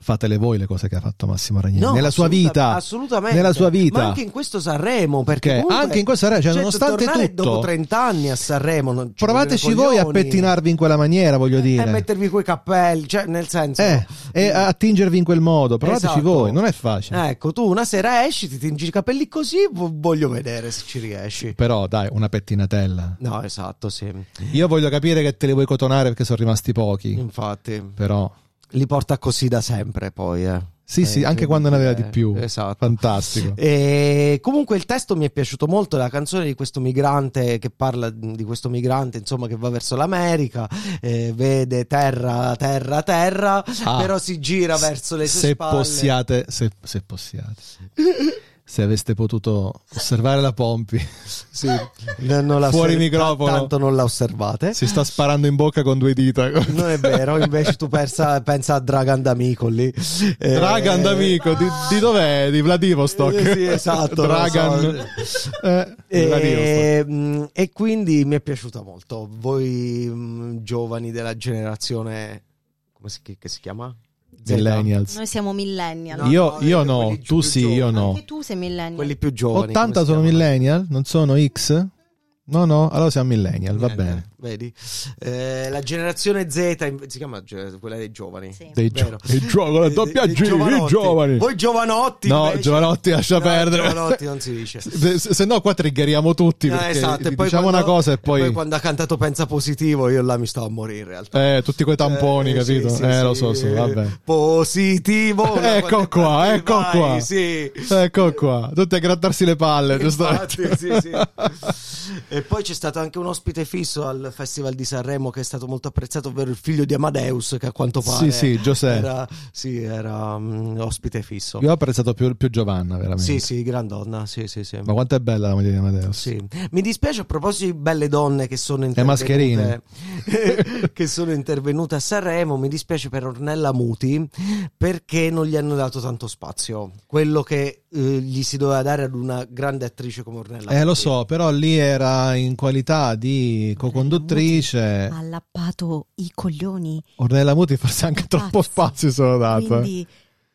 Speaker 1: Fatele voi le cose che ha fatto Massimo Ranieri
Speaker 3: No,
Speaker 1: nella sua
Speaker 3: assoluta-
Speaker 1: vita.
Speaker 3: assolutamente.
Speaker 1: Nella sua vita.
Speaker 3: Ma anche in questo Sanremo, perché
Speaker 1: Perché
Speaker 3: comunque-
Speaker 1: anche in questa re- cioè,
Speaker 3: cioè,
Speaker 1: nonostante
Speaker 3: tornare
Speaker 1: tutto,
Speaker 3: dopo 30 anni a Sanremo, non ci
Speaker 1: provateci
Speaker 3: vogliono
Speaker 1: voi a
Speaker 3: coglioni.
Speaker 1: pettinarvi in quella maniera, voglio
Speaker 3: e
Speaker 1: dire.
Speaker 3: mettervi quei cappelli, cioè nel senso
Speaker 1: Eh, e a attingervi in quel modo, provateci
Speaker 3: Esatto.
Speaker 1: voi, non è facile.
Speaker 3: Ecco, tu una sera esci, ti tingi i capelli così, vo- voglio vedere se ci riesci.
Speaker 1: Però dai, una pettinatella.
Speaker 3: No, esatto, sì.
Speaker 1: Io voglio capire che te li vuoi cotonare perché sono rimasti pochi,
Speaker 3: Infatti,
Speaker 1: però
Speaker 3: li porta così da sempre poi, eh.
Speaker 1: Sì,
Speaker 3: Eh,
Speaker 1: sì, anche quando ne aveva di più.
Speaker 3: Esatto.
Speaker 1: fantastico.
Speaker 3: E comunque il testo mi è piaciuto molto, la canzone di questo migrante che parla di questo migrante insomma che va verso l'America, eh, vede terra, terra,
Speaker 1: Ah,
Speaker 3: terra, Esatto. però si gira verso le sue
Speaker 1: se
Speaker 3: spalle.
Speaker 1: possiate, se, se possiate. se aveste potuto osservare la Pompi,
Speaker 3: Sì, no, non la
Speaker 1: Fuori
Speaker 3: osserv-
Speaker 1: microfono.
Speaker 3: Tanto non la osservate.
Speaker 1: si sta sparando in bocca con due dita.
Speaker 3: Non è vero, invece tu pensa, pensa a Dragan D'Amico lì. Eh,
Speaker 1: Dragan d'amico, di, di dov'è? Di Vladivostok.
Speaker 3: Eh, sì, esatto,
Speaker 1: Dragan.
Speaker 3: lo
Speaker 1: Eh, di Vladivostok.
Speaker 3: E, mm, e quindi mi è piaciuta molto. Voi mm, giovani della generazione, come si, che si chiama? Z?
Speaker 1: Millennials.
Speaker 2: Noi siamo millennial.
Speaker 3: No,
Speaker 1: io
Speaker 3: no, eh,
Speaker 1: io
Speaker 3: quelli
Speaker 1: no,
Speaker 3: più
Speaker 1: tu sì, io
Speaker 3: giovani.
Speaker 1: no.
Speaker 2: Anche tu sei millennial.
Speaker 3: Quelli più giovani.
Speaker 1: 80
Speaker 3: come si
Speaker 1: sono
Speaker 3: chiamano?
Speaker 1: millennial, non sono X? No, no, allora siamo millennial, va
Speaker 3: Niente.
Speaker 1: bene.
Speaker 3: vedi? Eh, la generazione Z, in- si chiama gener- quella dei giovani.
Speaker 2: Sì.
Speaker 1: Dei gio-
Speaker 3: Vero.
Speaker 1: il gioco, la
Speaker 3: Dei-
Speaker 1: doppia
Speaker 3: dei
Speaker 1: G, i
Speaker 3: giovanotti.
Speaker 1: giovani.
Speaker 3: Voi giovanotti.
Speaker 1: No,
Speaker 3: invece-
Speaker 1: giovanotti lascia
Speaker 3: No,
Speaker 1: perdere.
Speaker 3: Giovanotti non si dice.
Speaker 1: Se, se- se no qua triggeriamo tutti
Speaker 3: No,
Speaker 1: perché
Speaker 3: esatto, e poi
Speaker 1: diciamo
Speaker 3: quando-
Speaker 1: una cosa e poi,
Speaker 3: quando ha cantato Pensa Positivo io là mi stavo a morire in realtà.
Speaker 1: eh, tutti quei tamponi,
Speaker 3: Eh,
Speaker 1: capito?
Speaker 3: sì, sì,
Speaker 1: eh, lo
Speaker 3: sì.
Speaker 1: so, sì, vabbè.
Speaker 3: Positivo. una
Speaker 1: Ecco
Speaker 3: volta
Speaker 1: qua,
Speaker 3: che
Speaker 1: ecco
Speaker 3: vai,
Speaker 1: qua.
Speaker 3: Sì.
Speaker 1: Ecco qua, tutti a grattarsi le palle,
Speaker 3: Infatti,
Speaker 1: giustamente.
Speaker 3: sì, sì. E poi c'è stato anche un ospite fisso al Festival di Sanremo che è stato molto apprezzato, ovvero il figlio di Amadeus, che a quanto
Speaker 1: Sì,
Speaker 3: pare
Speaker 1: sì, Giuseppe.
Speaker 3: era, sì, era, mm, ospite fisso.
Speaker 1: Io ho apprezzato più, più Giovanna, veramente.
Speaker 3: Sì, sì, gran donna, sì, sì, sì.
Speaker 1: Ma quanto è bella la moglie di Amadeus.
Speaker 3: Sì. Mi dispiace a proposito di belle donne che sono
Speaker 1: mascherine.
Speaker 3: intervenute, che sono intervenute a Sanremo. Mi dispiace per Ornella Muti perché non gli hanno dato tanto spazio. Quello che eh, gli si doveva dare ad una grande attrice come Ornella
Speaker 1: Eh,
Speaker 3: Muti.
Speaker 1: lo so, però lì era in qualità di
Speaker 2: Ha
Speaker 1: co-conduttrice.
Speaker 2: allappato i coglioni.
Speaker 1: Ornella Muti forse anche troppo
Speaker 2: Pazzi.
Speaker 1: spazio sono dato. eh.
Speaker 2: Quindi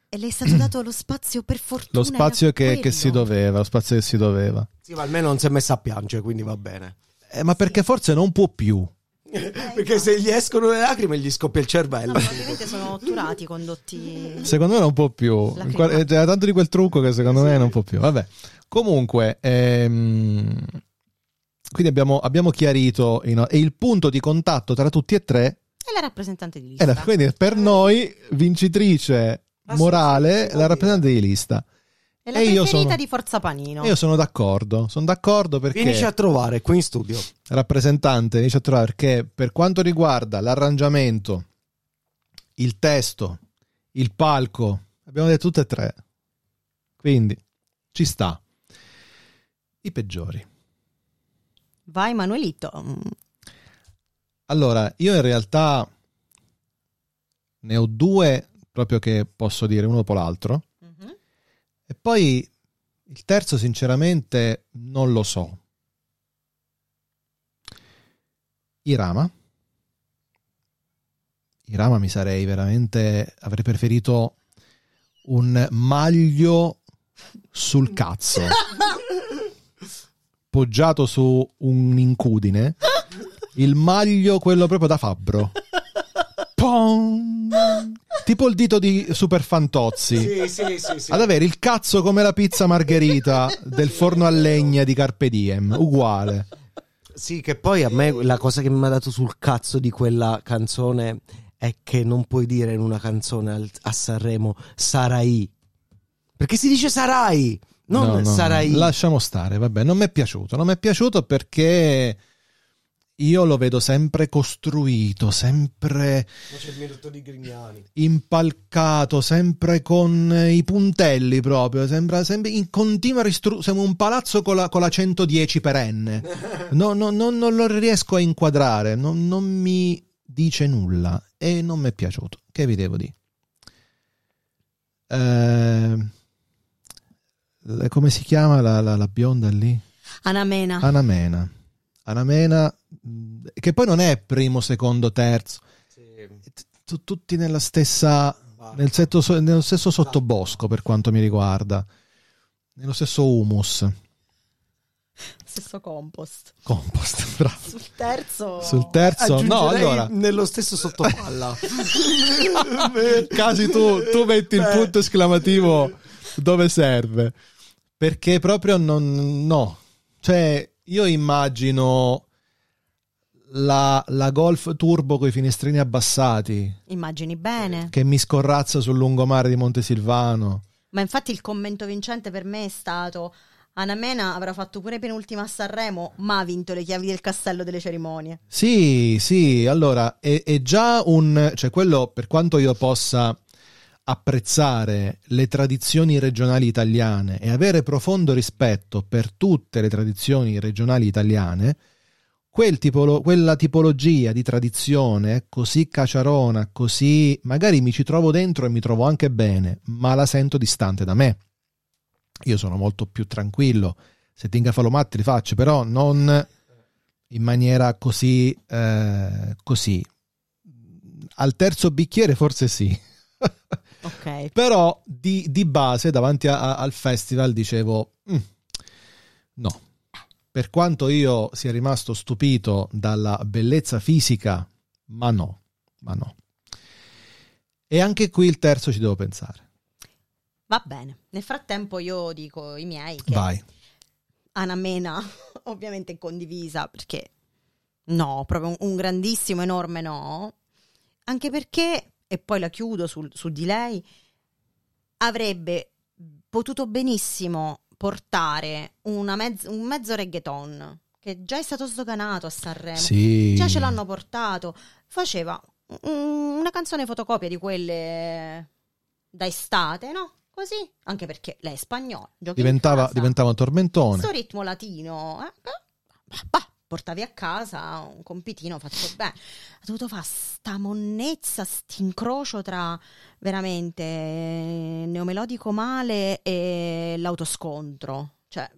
Speaker 2: e le è stato dato lo spazio per fortuna.
Speaker 1: Lo
Speaker 2: era
Speaker 1: spazio che, che si
Speaker 2: quello.
Speaker 1: doveva, lo spazio che si doveva.
Speaker 3: Sì, ma almeno non si è messa a piangere, quindi va bene.
Speaker 1: Eh, ma perché forse non può più.
Speaker 3: Perché se gli escono le lacrime gli scoppia
Speaker 2: Eh,
Speaker 3: il
Speaker 2: No,
Speaker 3: cervello.
Speaker 2: probabilmente sono otturati i condotti.
Speaker 1: Secondo me non può più.
Speaker 2: La
Speaker 1: In
Speaker 2: crema.
Speaker 1: qual- C'era tanto di quel trucco che secondo me non può più. Vabbè. Comunque, ehm, quindi abbiamo, abbiamo chiarito i no- e il punto di contatto tra tutti e tre.
Speaker 2: E la rappresentante di
Speaker 1: È
Speaker 2: lista.
Speaker 1: la- quindi per noi, vincitrice
Speaker 3: Ah, sì, sì,
Speaker 1: morale,
Speaker 3: sì,
Speaker 1: la
Speaker 3: sì.
Speaker 1: rappresentante di lista.
Speaker 2: È la
Speaker 1: e io
Speaker 2: preferita
Speaker 1: sono-
Speaker 2: di Forza Panino.
Speaker 1: E Io sono d'accordo. Sono d'accordo perché
Speaker 3: Vienici a trovare qui in studio.
Speaker 1: rappresentante inizia a trovare perché per quanto riguarda l'arrangiamento, il testo, il palco, abbiamo detto tutte e tre. Quindi ci sta. I peggiori.
Speaker 2: Vai Manuelito. Mm.
Speaker 1: Allora, io in realtà ne ho due proprio che posso dire uno dopo l'altro.
Speaker 2: Mhm.
Speaker 1: E poi il terzo, sinceramente, non lo so. Irama. Irama mi sarei veramente. Avrei preferito un maglio sul cazzo. poggiato su un incudine. Il maglio, quello proprio da fabbro. Pom! Tipo il dito di Super Fantozzi
Speaker 3: sì, sì.
Speaker 1: ad avere il cazzo come la pizza margherita del forno a legna di Carpe Diem, uguale.
Speaker 3: Sì, che poi a me
Speaker 1: Eh.
Speaker 3: la cosa che mi ha dato sul cazzo di quella canzone è che non puoi dire in una canzone al- a Sanremo sarai. Perché si dice sarai, non
Speaker 1: No, no,
Speaker 3: sarai.
Speaker 1: Lasciamo stare, vabbè, non mi è piaciuto, non mi è piaciuto perché io lo vedo sempre costruito, sempre
Speaker 3: c'è il minuto di Grignani.
Speaker 1: impalcato, sempre con eh, i puntelli proprio, sembra sempre in continua ristrutturazione, siamo un palazzo con la, con la 110 perenne. No, no, no, non lo riesco a inquadrare, non, non mi dice nulla e non mi è piaciuto. Che vi devo dire? Eh, le- come si chiama la, la- la bionda lì?
Speaker 2: Anamena.
Speaker 1: Anamena. Anamena, mh, che poi non è primo, secondo, terzo, Tu- tutti nella stessa nel setto- nello stesso sottobosco per quanto mi riguarda, nello stesso humus,
Speaker 2: Stesso compost.
Speaker 1: compost, bravo.
Speaker 2: Sul terzo.
Speaker 1: Sul terzo, no, allora,
Speaker 3: Nello stesso sottopalla.
Speaker 1: casi tu, tu metti il
Speaker 3: Beh.
Speaker 1: punto esclamativo dove serve, perché proprio non, no, cioè io immagino la, la Golf Turbo con i finestrini abbassati
Speaker 2: Immagini bene.
Speaker 1: che mi scorrazza sul lungomare di Montesilvano.
Speaker 2: Ma infatti il commento vincente per me è stato Anamena avrà fatto pure penultima a Sanremo, ma ha vinto le chiavi del castello delle cerimonie.
Speaker 1: Sì, sì, allora è, è già un, cioè quello per quanto io possa apprezzare le tradizioni regionali italiane e avere profondo rispetto per tutte le tradizioni regionali italiane, quel tipolo- quella tipologia di tradizione così caciarona, così magari mi ci trovo dentro e mi trovo anche bene, ma la sento distante da me. Io sono molto più tranquillo, se ti ingafalomatti li faccio, però non in maniera così, eh, così. Al terzo bicchiere forse sì,
Speaker 2: Ok.
Speaker 1: però di, di base davanti a- a- al festival dicevo "Mm, no, Per quanto io sia rimasto stupito dalla bellezza fisica, ma no, ma no. E anche qui il terzo ci devo pensare.
Speaker 2: Va bene. Nel frattempo io dico i miei che
Speaker 1: Vai.
Speaker 2: Anamena, ovviamente condivisa, perché no, proprio un, un grandissimo, enorme no. Anche perché, e poi la chiudo sul- su di lei, avrebbe potuto benissimo portare una mezz- un mezzo reggaeton, che già è stato sdoganato a Sanremo.
Speaker 1: Sì.
Speaker 2: Già Cioè, ce l'hanno portato. Faceva un- una canzone fotocopia di quelle da estate, no? Così, anche perché lei è spagnola. giochi in
Speaker 1: Diventava,
Speaker 2: casa.
Speaker 1: diventava un tormentone.
Speaker 2: Sto ritmo latino, eh? bah, bah, portavi a casa un compitino fatto bene. Ha dovuto fare sta monnezza, st'incrocio tra veramente eh, neomelodico male e l'autoscontro. Cioè,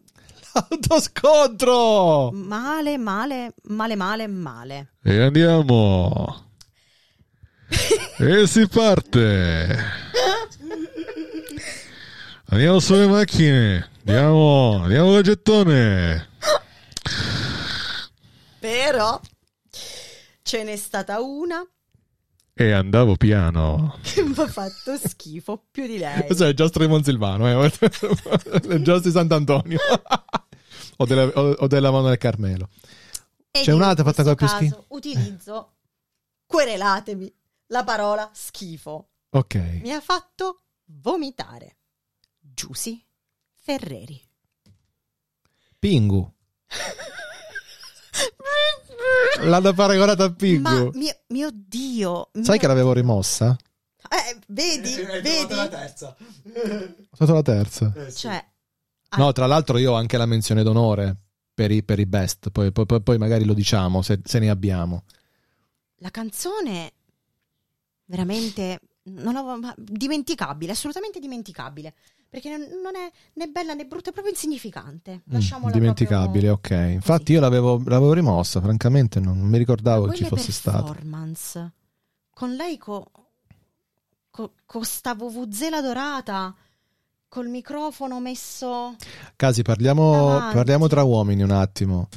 Speaker 1: Autoscontro!
Speaker 2: male, male, male, male, male.
Speaker 4: E andiamo. e si parte. Andiamo sulle macchine. Andiamo, andiamo col gettone.
Speaker 2: Però ce n'è stata una
Speaker 4: E andavo piano.
Speaker 2: che mi ha fatto schifo più di lei.
Speaker 1: Questo è Giostro di Monsilvano, eh. il Giostro di Sant'Antonio. o, della, o, o della mano del Carmelo.
Speaker 2: E
Speaker 1: c'è
Speaker 2: io in
Speaker 1: un'altra fatta
Speaker 2: questo
Speaker 1: ancora più
Speaker 2: caso Utilizzo, querelatemi, la parola schifo.
Speaker 1: Ok.
Speaker 2: Mi ha fatto vomitare. Giusy Ferreri.
Speaker 1: Pingu. L'hanno paragonata a Pingu.
Speaker 2: Ma mio, mio Dio.
Speaker 1: Sai
Speaker 2: mio-
Speaker 1: che l'avevo rimossa?
Speaker 2: Eh, vedi,
Speaker 3: La
Speaker 2: vedi?
Speaker 3: terza. Eh,
Speaker 1: Sotto la terza.
Speaker 2: Cioè,
Speaker 1: No, tra l'altro io ho anche la menzione d'onore per i, per i best, poi, poi- poi- poi magari lo diciamo se, se ne abbiamo.
Speaker 2: la canzone veramente non l'avevo- ma- dimenticabile, assolutamente dimenticabile, perché non, non è né bella né brutta, è proprio insignificante.
Speaker 1: Mm,
Speaker 2: Lasciamola
Speaker 1: dimenticabile,
Speaker 2: proprio-
Speaker 1: ok. Infatti io l'avevo, l'avevo rimossa, francamente non, non mi ricordavo che ci
Speaker 2: Quelle
Speaker 1: fosse stata.
Speaker 2: performance con lei co, co, con sta vuvuzela dorata col microfono messo
Speaker 1: Casi, parliamo,
Speaker 2: Davanti.
Speaker 1: parliamo tra uomini un attimo.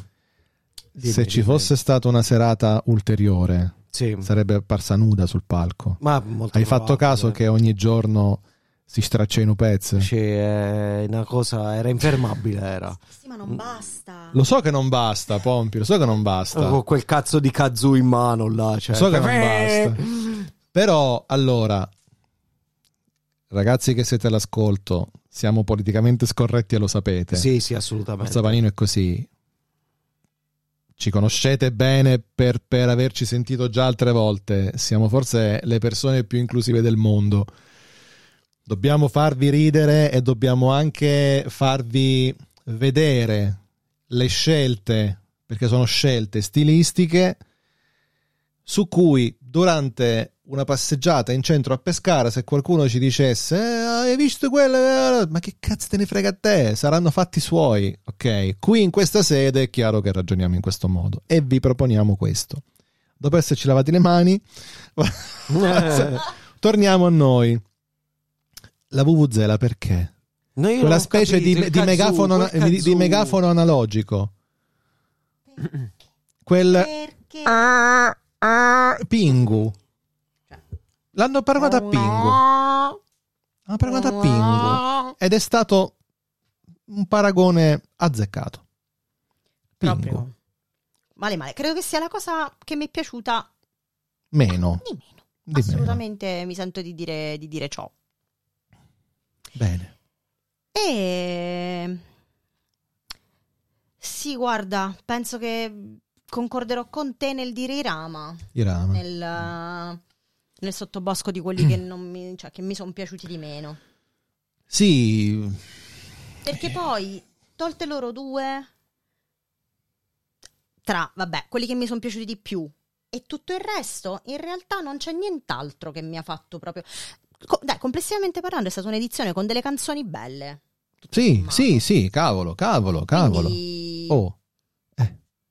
Speaker 3: Dimmi,
Speaker 1: se ci
Speaker 3: dimmi. Mm.
Speaker 1: fosse stata una serata ulteriore,
Speaker 3: Sì.
Speaker 1: sarebbe apparsa nuda sul palco.
Speaker 3: Ma molto
Speaker 1: Hai fatto
Speaker 3: probabile.
Speaker 1: caso che ogni giorno si straccia in pezzi?
Speaker 3: Sì, è una cosa era infermabile era.
Speaker 2: sì ma non basta
Speaker 1: Ah. Mm. Lo so che non basta, Pompi, lo so che non basta.
Speaker 3: Con quel cazzo di kazoo in mano là, cioè.
Speaker 1: So che Eh. non basta. Però allora, ragazzi che siete all'ascolto, siamo politicamente scorretti e lo sapete.
Speaker 3: Sì, sì, assolutamente.
Speaker 1: Forza Panino è così. Ci conoscete bene per, per averci sentito già altre volte. Siamo forse le persone più inclusive del mondo. Dobbiamo farvi ridere e dobbiamo anche farvi vedere le scelte, perché sono scelte stilistiche, su cui durante una passeggiata in centro a Pescara, se qualcuno ci dicesse "Eh, hai visto quello? Ma che cazzo te ne frega a te? Saranno fatti suoi, ok? Qui in questa sede è chiaro che ragioniamo in questo modo e vi proponiamo questo. Dopo esserci lavati le mani,
Speaker 3: Eh,
Speaker 1: torniamo a noi. La VVZela perché?
Speaker 3: no, io non
Speaker 1: Quella
Speaker 3: ho
Speaker 1: specie di,
Speaker 3: capito, il
Speaker 1: di
Speaker 3: kazoo,
Speaker 1: megafono, eh,
Speaker 3: quel
Speaker 1: di- di
Speaker 3: kazoo.
Speaker 1: megafono analogico. Quel
Speaker 2: perché
Speaker 1: Ah, Pingu. L'hanno paragonata a Pingu. L'hanno paragonata a Pingu. Ed è stato un paragone azzeccato. Pingu.
Speaker 2: proprio male male credo che sia la cosa che mi è piaciuta
Speaker 1: Meno.
Speaker 2: di meno
Speaker 1: di meno.
Speaker 2: assolutamente mi sento di dire, di dire ciò
Speaker 1: Bene.
Speaker 2: E sì, guarda, penso che concorderò con te nel dire i Rama,
Speaker 1: Irama.
Speaker 2: nel, nel sottobosco di quelli che non mi, cioè, che mi sono piaciuti di meno.
Speaker 1: Sì. Eh.
Speaker 2: Perché poi, tolte loro due, tra, vabbè, quelli che mi sono piaciuti di più e tutto il resto, in realtà non c'è nient'altro che mi ha fatto proprio... Co- dai, complessivamente parlando è stata un'edizione con delle canzoni belle. tutto
Speaker 1: Sì,
Speaker 2: sommato.
Speaker 1: sì, sì, cavolo, cavolo, cavolo.
Speaker 2: Quindi-
Speaker 1: Oh,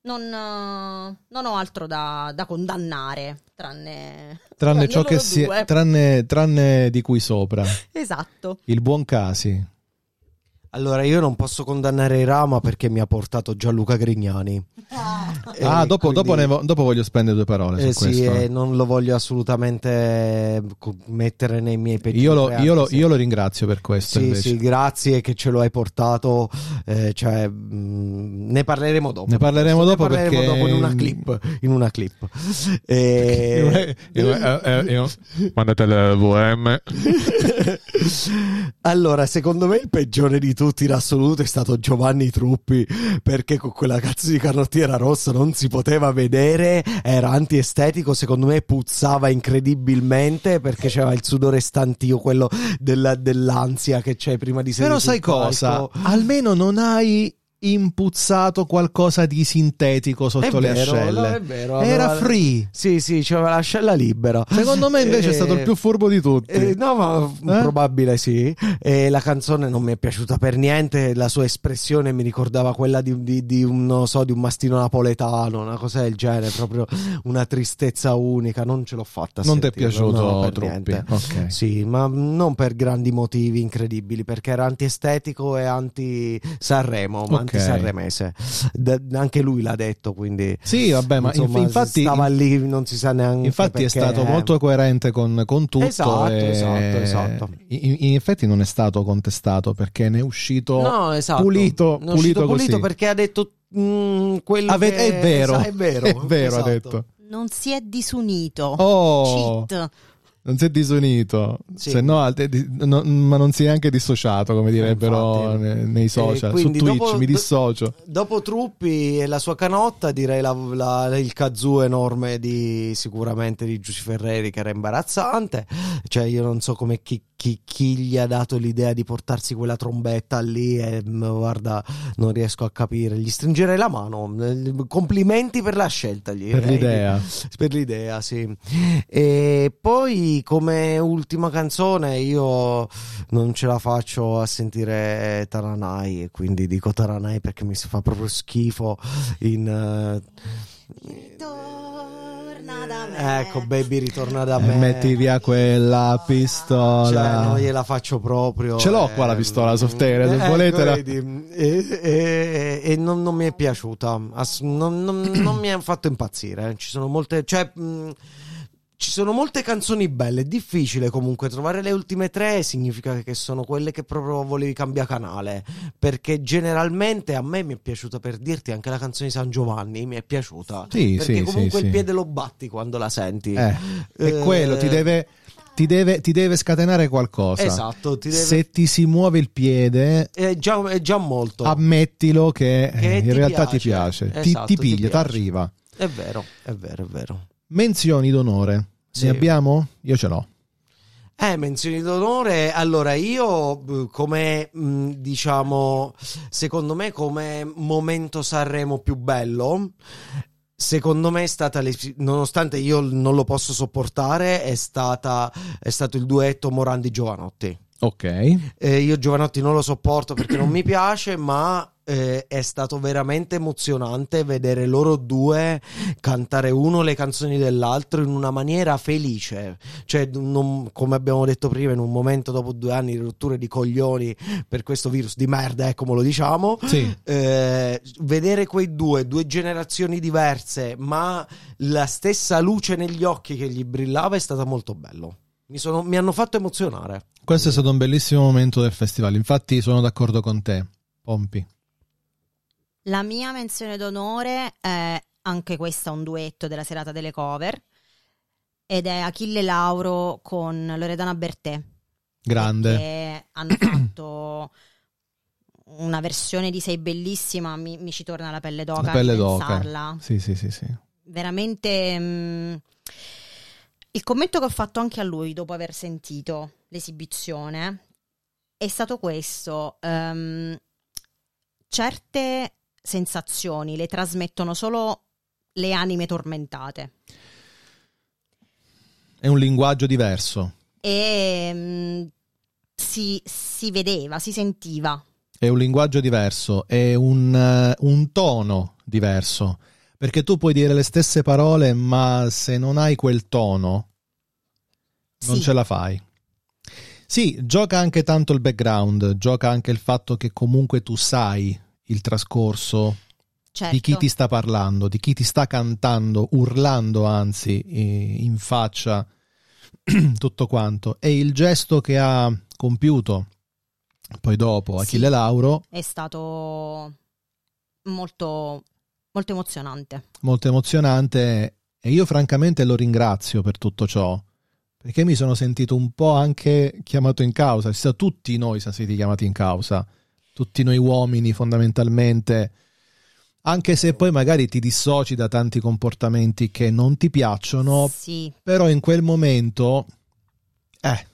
Speaker 2: non, eh, non ho altro da, da condannare, tranne...
Speaker 1: tranne ciò
Speaker 2: loro
Speaker 1: che si
Speaker 2: due.
Speaker 1: tranne, tranne di qui sopra,
Speaker 2: Esatto.
Speaker 1: il buon Casi.
Speaker 3: Allora, io non posso condannare Rama perché mi ha portato Gianluca Grignani. E
Speaker 1: ah, dopo,
Speaker 3: quindi-
Speaker 1: dopo ne vo- dopo voglio spendere due parole
Speaker 3: Eh
Speaker 1: su
Speaker 3: sì,
Speaker 1: questo.
Speaker 3: e non lo voglio assolutamente eh, co- mettere nei miei peggiori
Speaker 1: io, lo,
Speaker 3: reati,
Speaker 1: io lo-
Speaker 3: sì.
Speaker 1: io lo ringrazio per questo.
Speaker 3: Sì,
Speaker 1: invece.
Speaker 3: sì, grazie che ce lo hai portato. eh, cioè, mh, ne parleremo dopo.
Speaker 1: Ne parleremo dopo
Speaker 3: ne parleremo
Speaker 1: perché- mm,
Speaker 3: dopo in una clip. In una clip. Eh,
Speaker 4: Mandate al VM.
Speaker 3: allora, secondo me il peggiore di tutti in assoluto è stato Giovanni Truppi perché con quella cazzo di canottiera rossa non si poteva vedere, era antiestetico, secondo me puzzava incredibilmente perché c'era il sudore stantio, quello della- dell'ansia che c'è prima di sedere
Speaker 1: Però
Speaker 3: sul
Speaker 1: sai cosa?
Speaker 3: palco.
Speaker 1: Almeno non hai impuzzato qualcosa di sintetico sotto
Speaker 3: È
Speaker 1: le
Speaker 3: vero, no,
Speaker 1: ascelle.
Speaker 3: è vero,
Speaker 1: Era
Speaker 3: allora-
Speaker 1: free.
Speaker 3: Sì, sì, c'aveva l'ascella libera.
Speaker 1: Secondo me invece
Speaker 3: Eh,
Speaker 1: è stato il più furbo di tutti.
Speaker 3: Eh, no, ma
Speaker 1: Eh?
Speaker 3: probabile sì. Eh, la canzone non mi è piaciuta per niente. La sua espressione mi ricordava quella di, di- di un, non so, di un mastino napoletano, una cosa del genere. Proprio una tristezza unica. Non ce l'ho fatta. a
Speaker 1: non ti è
Speaker 3: sentirlo,
Speaker 1: piaciuto
Speaker 3: no, per
Speaker 1: Truppi.
Speaker 3: niente.
Speaker 1: Ok.
Speaker 3: Sì, ma non per grandi motivi incredibili, perché era antiestetico e anti-Sanremo, ma
Speaker 1: Ok.
Speaker 3: anti-sanremese. D- anche lui l'ha detto, quindi...
Speaker 1: Sì, vabbè, ma
Speaker 3: insomma,
Speaker 1: inf- infatti,
Speaker 3: Stava lì, non si sa neanche
Speaker 1: infatti è
Speaker 3: perché.
Speaker 1: stato molto coerente con, con tutto.
Speaker 3: Esatto,
Speaker 1: e-
Speaker 3: esatto, esatto.
Speaker 1: In, in effetti non è stato contestato perché ne è uscito...
Speaker 3: No, esatto.
Speaker 1: pulito,
Speaker 3: Non è uscito
Speaker 1: pulito
Speaker 3: pulito
Speaker 1: così.
Speaker 3: perché ha detto mm, quello
Speaker 1: Ave-
Speaker 3: che
Speaker 1: Ah, è vero,
Speaker 3: sa- è vero,
Speaker 1: è vero, ha
Speaker 3: esatto.
Speaker 1: detto.
Speaker 2: Non si è disunito.
Speaker 1: Oh,
Speaker 2: Cheat.
Speaker 1: non si è disunito,
Speaker 3: Sì. Eh,
Speaker 1: Se no, alt- di- no- ma non si è anche dissociato, come direbbero
Speaker 3: Infatti.
Speaker 1: ne- nei, social.
Speaker 3: Eh, quindi
Speaker 1: Su Twitch
Speaker 3: dopo-
Speaker 1: mi dissocio.
Speaker 3: Dopo Truppi e la sua canotta, direi la- la- il kazoo enorme di sicuramente di Giussi Ferreri che era imbarazzante. Cioè, io non so come chi, chi- chi gli ha dato l'idea di portarsi quella trombetta lì. E mh, guarda, non riesco a capire. Gli stringerei la mano. Eh, Complimenti per la scelta. Gli
Speaker 1: Per
Speaker 3: direi.
Speaker 1: l'idea,
Speaker 3: per l'idea, sì. E poi come ultima canzone io non ce la faccio a sentire Taranai, e quindi dico Taranai perché mi si fa proprio schifo in... eh,
Speaker 2: Torna da me.
Speaker 3: Ecco, baby, ritorna da
Speaker 1: E
Speaker 3: me.
Speaker 1: Eh, metti via quella
Speaker 3: Cioè,
Speaker 1: pistola.
Speaker 3: non gliela faccio proprio.
Speaker 1: Ce l'ho
Speaker 3: eh,
Speaker 1: qua la pistola soft air, se
Speaker 3: ecco,
Speaker 1: volete la-
Speaker 3: vedi, E, e- e non, non mi è piaciuta, ass- non, non- non mi ha fatto impazzire. eh. Ci sono molte. Cioè, mh, ci sono molte canzoni belle, è difficile comunque trovare le ultime tre significa che sono quelle che proprio volevi cambiare canale, perché generalmente a me mi è piaciuta per dirti anche la canzone di San Giovanni, mi è piaciuta,
Speaker 1: Sì,
Speaker 3: perché
Speaker 1: sì,
Speaker 3: comunque
Speaker 1: sì, sì.
Speaker 3: il piede lo batti quando la senti.
Speaker 1: Eh, è
Speaker 3: Eh,
Speaker 1: quello, ti deve, ti deve- ti deve scatenare qualcosa.
Speaker 3: Esatto, ti deve-
Speaker 1: Se ti si muove il piede,
Speaker 3: è già, è già molto.
Speaker 1: ammettilo che,
Speaker 3: Che
Speaker 1: eh, in
Speaker 3: ti
Speaker 1: realtà ti
Speaker 3: piace.
Speaker 1: piace,
Speaker 3: Esatto,
Speaker 1: ti,
Speaker 3: ti
Speaker 1: ti piglia, ti
Speaker 3: piace.
Speaker 1: arriva.
Speaker 3: È vero, è vero, è vero.
Speaker 1: Menzioni d'onore.
Speaker 3: Sì.
Speaker 1: Ne abbiamo? Io ce l'ho.
Speaker 3: Eh, menzioni d'onore. Allora, io eh, come mh, diciamo, secondo me, come momento Sanremo più bello. Secondo me è stata, l'es- nonostante io non lo posso sopportare, è, stata, è stato il duetto Morandi-Giovanotti.
Speaker 1: Ok.
Speaker 3: Eh, io Giovanotti non lo sopporto perché non mi piace, ma eh, è stato veramente emozionante vedere loro due cantare uno le canzoni dell'altro in una maniera felice. Cioè, non- come abbiamo detto prima, in un momento dopo due anni di rotture di coglioni per questo virus di merda, ecco, come lo diciamo.
Speaker 1: Sì.
Speaker 3: eh, vedere quei due, due generazioni diverse, ma la stessa luce negli occhi che gli brillava è stata molto bello. Mi, sono- mi hanno fatto emozionare.
Speaker 1: Questo è stato un bellissimo momento del festival, infatti sono d'accordo con te, Pompi.
Speaker 2: La mia menzione d'onore è anche questa un duetto della serata delle cover ed è Achille Lauro con Loredana Bertè
Speaker 1: Grande.
Speaker 2: che hanno fatto una versione di Sei bellissima, mi, mi ci torna la pelle d'oca
Speaker 1: La pelle
Speaker 2: a
Speaker 1: d'oca.
Speaker 2: pensarla.
Speaker 1: Sì, sì, sì, sì.
Speaker 2: Veramente mm, il commento che ho fatto anche a lui dopo aver sentito l'esibizione è stato questo. ehm, certe sensazioni le trasmettono solo le anime tormentate.
Speaker 1: È un linguaggio diverso,
Speaker 2: E mm, si, si vedeva, si sentiva.
Speaker 1: è un linguaggio diverso, è un, eh, un tono diverso, perché tu puoi dire le stesse parole, ma se non hai quel tono non
Speaker 2: Sì.
Speaker 1: ce la fai. Sì, gioca anche tanto il background, gioca anche il fatto che comunque tu sai il trascorso
Speaker 2: Certo.
Speaker 1: di chi ti sta parlando, di chi ti sta cantando, urlando anzi eh, in faccia tutto quanto. E il gesto che ha compiuto poi dopo
Speaker 2: Sì.
Speaker 1: Achille Lauro,
Speaker 2: È stato molto, molto emozionante.
Speaker 1: molto emozionante, e io francamente lo ringrazio per tutto ciò. Perché mi sono sentito un po' anche chiamato in causa, Sì, tutti noi siamo stati chiamati in causa, tutti noi uomini fondamentalmente, anche se poi magari ti dissoci da tanti comportamenti che non ti piacciono,
Speaker 2: Sì.
Speaker 1: però in quel momento eh,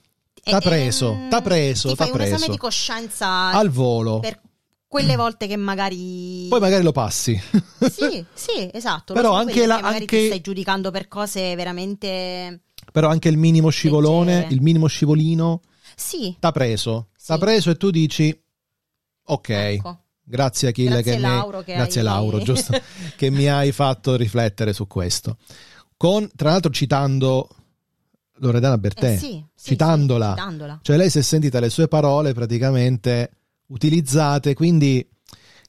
Speaker 1: T'ha
Speaker 2: E-
Speaker 1: preso,
Speaker 2: ehm,
Speaker 1: t'ha preso,
Speaker 2: Ti
Speaker 1: t'ha
Speaker 2: fai un
Speaker 1: preso.
Speaker 2: esame di coscienza
Speaker 1: al volo
Speaker 2: Ah, per quelle volte che magari...
Speaker 1: poi magari lo passi
Speaker 2: Sì, sì, esatto.
Speaker 1: Però
Speaker 2: lo so,
Speaker 1: anche
Speaker 2: quelle
Speaker 1: la-
Speaker 2: che magari
Speaker 1: anche-
Speaker 2: ti stai giudicando per cose veramente...
Speaker 1: però anche il minimo scivolone
Speaker 2: Leggere.
Speaker 1: il minimo scivolino
Speaker 2: Sì.
Speaker 1: t'ha preso t'ha
Speaker 2: Sì.
Speaker 1: preso e tu dici ok
Speaker 2: Ecco.
Speaker 1: grazie Achille
Speaker 2: Grazie
Speaker 1: che mi-
Speaker 2: Lauro che
Speaker 1: grazie
Speaker 2: hai-
Speaker 1: Lauro giusto che mi hai fatto riflettere su questo con tra l'altro citando Loredana Bertè
Speaker 2: Eh, sì, sì,
Speaker 1: citandola.
Speaker 2: sì, citandola.
Speaker 1: Cioè lei si è sentita le sue parole praticamente utilizzate, quindi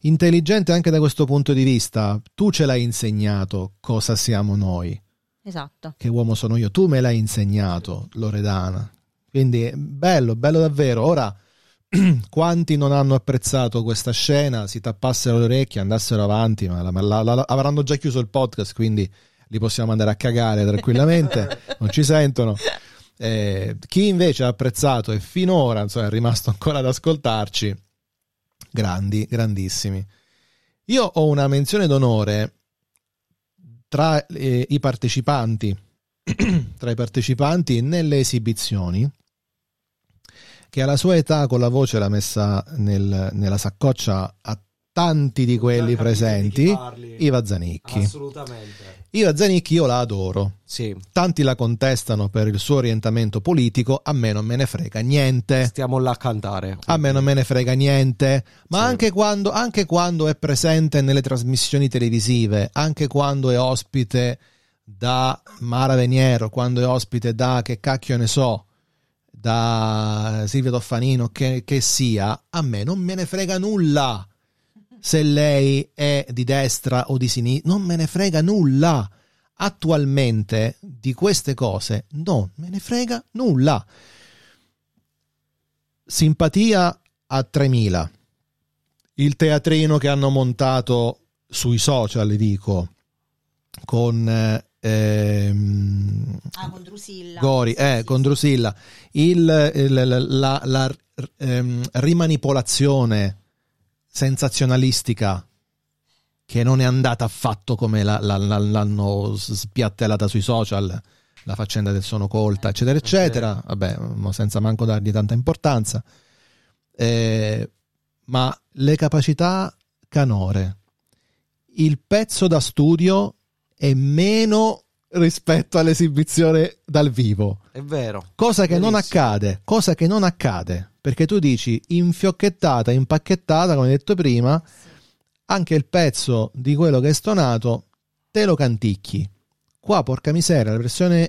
Speaker 1: intelligente anche da questo punto di vista. Tu ce l'hai insegnato cosa siamo noi,
Speaker 2: Esatto.
Speaker 1: che uomo sono io, tu me l'hai insegnato, Loredana. Quindi bello, bello davvero. Ora, quanti non hanno apprezzato questa scena, si tappassero le orecchie, andassero avanti, ma la- ma la- la- avranno già chiuso il podcast, quindi li possiamo andare a cagare tranquillamente non ci sentono. Eh, chi invece ha apprezzato e finora insomma, è rimasto ancora ad ascoltarci, grandi, grandissimi. Io ho una menzione d'onore tra eh, i partecipanti, tra i partecipanti nelle esibizioni, che alla sua età con la voce l'ha messa nel- nella saccoccia a tanti di quelli presenti, Iva Zanicchi.
Speaker 3: Assolutamente.
Speaker 1: Iva Zanicchi io la adoro.
Speaker 3: Sì,
Speaker 1: Tanti la contestano per il suo orientamento politico, a me non me ne frega niente.
Speaker 3: stiamo là a cantare.
Speaker 1: Eh. A me non me ne frega niente, ma
Speaker 3: Sì.
Speaker 1: anche, quando, anche quando è presente nelle trasmissioni televisive, anche quando è ospite da Mara Veniero, quando è ospite da che cacchio ne so, da Silvia Toffanino, che, che sia, a me non me ne frega nulla se lei è di destra o di sinistra, non me ne frega nulla. Attualmente di queste cose non me ne frega nulla simpatia a 3000. Il teatrino che hanno montato sui social, dico, con eh, ehm,
Speaker 2: Ah, con Drusilla.
Speaker 1: Gori,
Speaker 2: Sì,
Speaker 1: eh,
Speaker 2: sì,
Speaker 1: con
Speaker 2: sì.
Speaker 1: Drusilla, il, il- la, la, r- ehm, rimanipolazione sensazionalistica che non è andata affatto come la- la- la- l'hanno s- spiattellata sui social, la faccenda del sono colta, eccetera, eccetera, vabbè, mo senza manco dargli tanta importanza, Eh, ma le capacità canore, il pezzo da studio è meno rispetto all'esibizione dal vivo.
Speaker 3: È vero.
Speaker 1: Cosa che non
Speaker 3: Verissimo.
Speaker 1: accade, cosa che non accade, perché tu dici infiocchettata, impacchettata, come detto prima, anche il pezzo di quello che è stonato te lo canticchi. Qua, porca miseria, la versione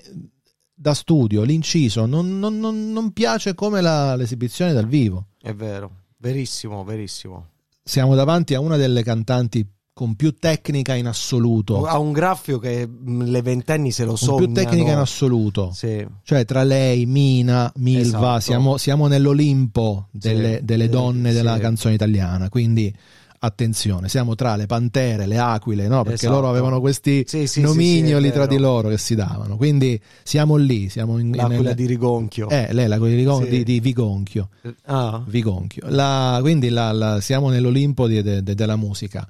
Speaker 1: da studio, l'inciso, non, non- non- non piace come la- l'esibizione dal vivo.
Speaker 3: È vero. Verissimo, verissimo.
Speaker 1: Siamo davanti a una delle cantanti con più tecnica in assoluto.
Speaker 3: Ha un graffio che mh, le ventenni se lo
Speaker 1: Con
Speaker 3: sognano.
Speaker 1: più tecnica in assoluto.
Speaker 3: Sì.
Speaker 1: Cioè, tra lei, Mina, Milva,
Speaker 3: Esatto.
Speaker 1: siamo, siamo nell'Olimpo delle,
Speaker 3: Sì,
Speaker 1: delle
Speaker 3: sì,
Speaker 1: donne
Speaker 3: sì.
Speaker 1: della canzone italiana. Quindi attenzione, siamo tra le pantere, le aquile, no? Perché
Speaker 3: Esatto.
Speaker 1: loro avevano questi
Speaker 3: Sì, sì, sì,
Speaker 1: nomignoli
Speaker 3: sì, è
Speaker 1: tra
Speaker 3: vero.
Speaker 1: di loro che si davano. Quindi siamo lì, siamo in.
Speaker 3: L'aquila
Speaker 1: nel-
Speaker 3: di Rigonchio.
Speaker 1: Eh, lei, la di, Rigon-
Speaker 3: Sì.
Speaker 1: di, di Vigonchio.
Speaker 3: Ah,
Speaker 1: Vigonchio. La- quindi la- la- siamo nell'Olimpo di- de- de- della musica.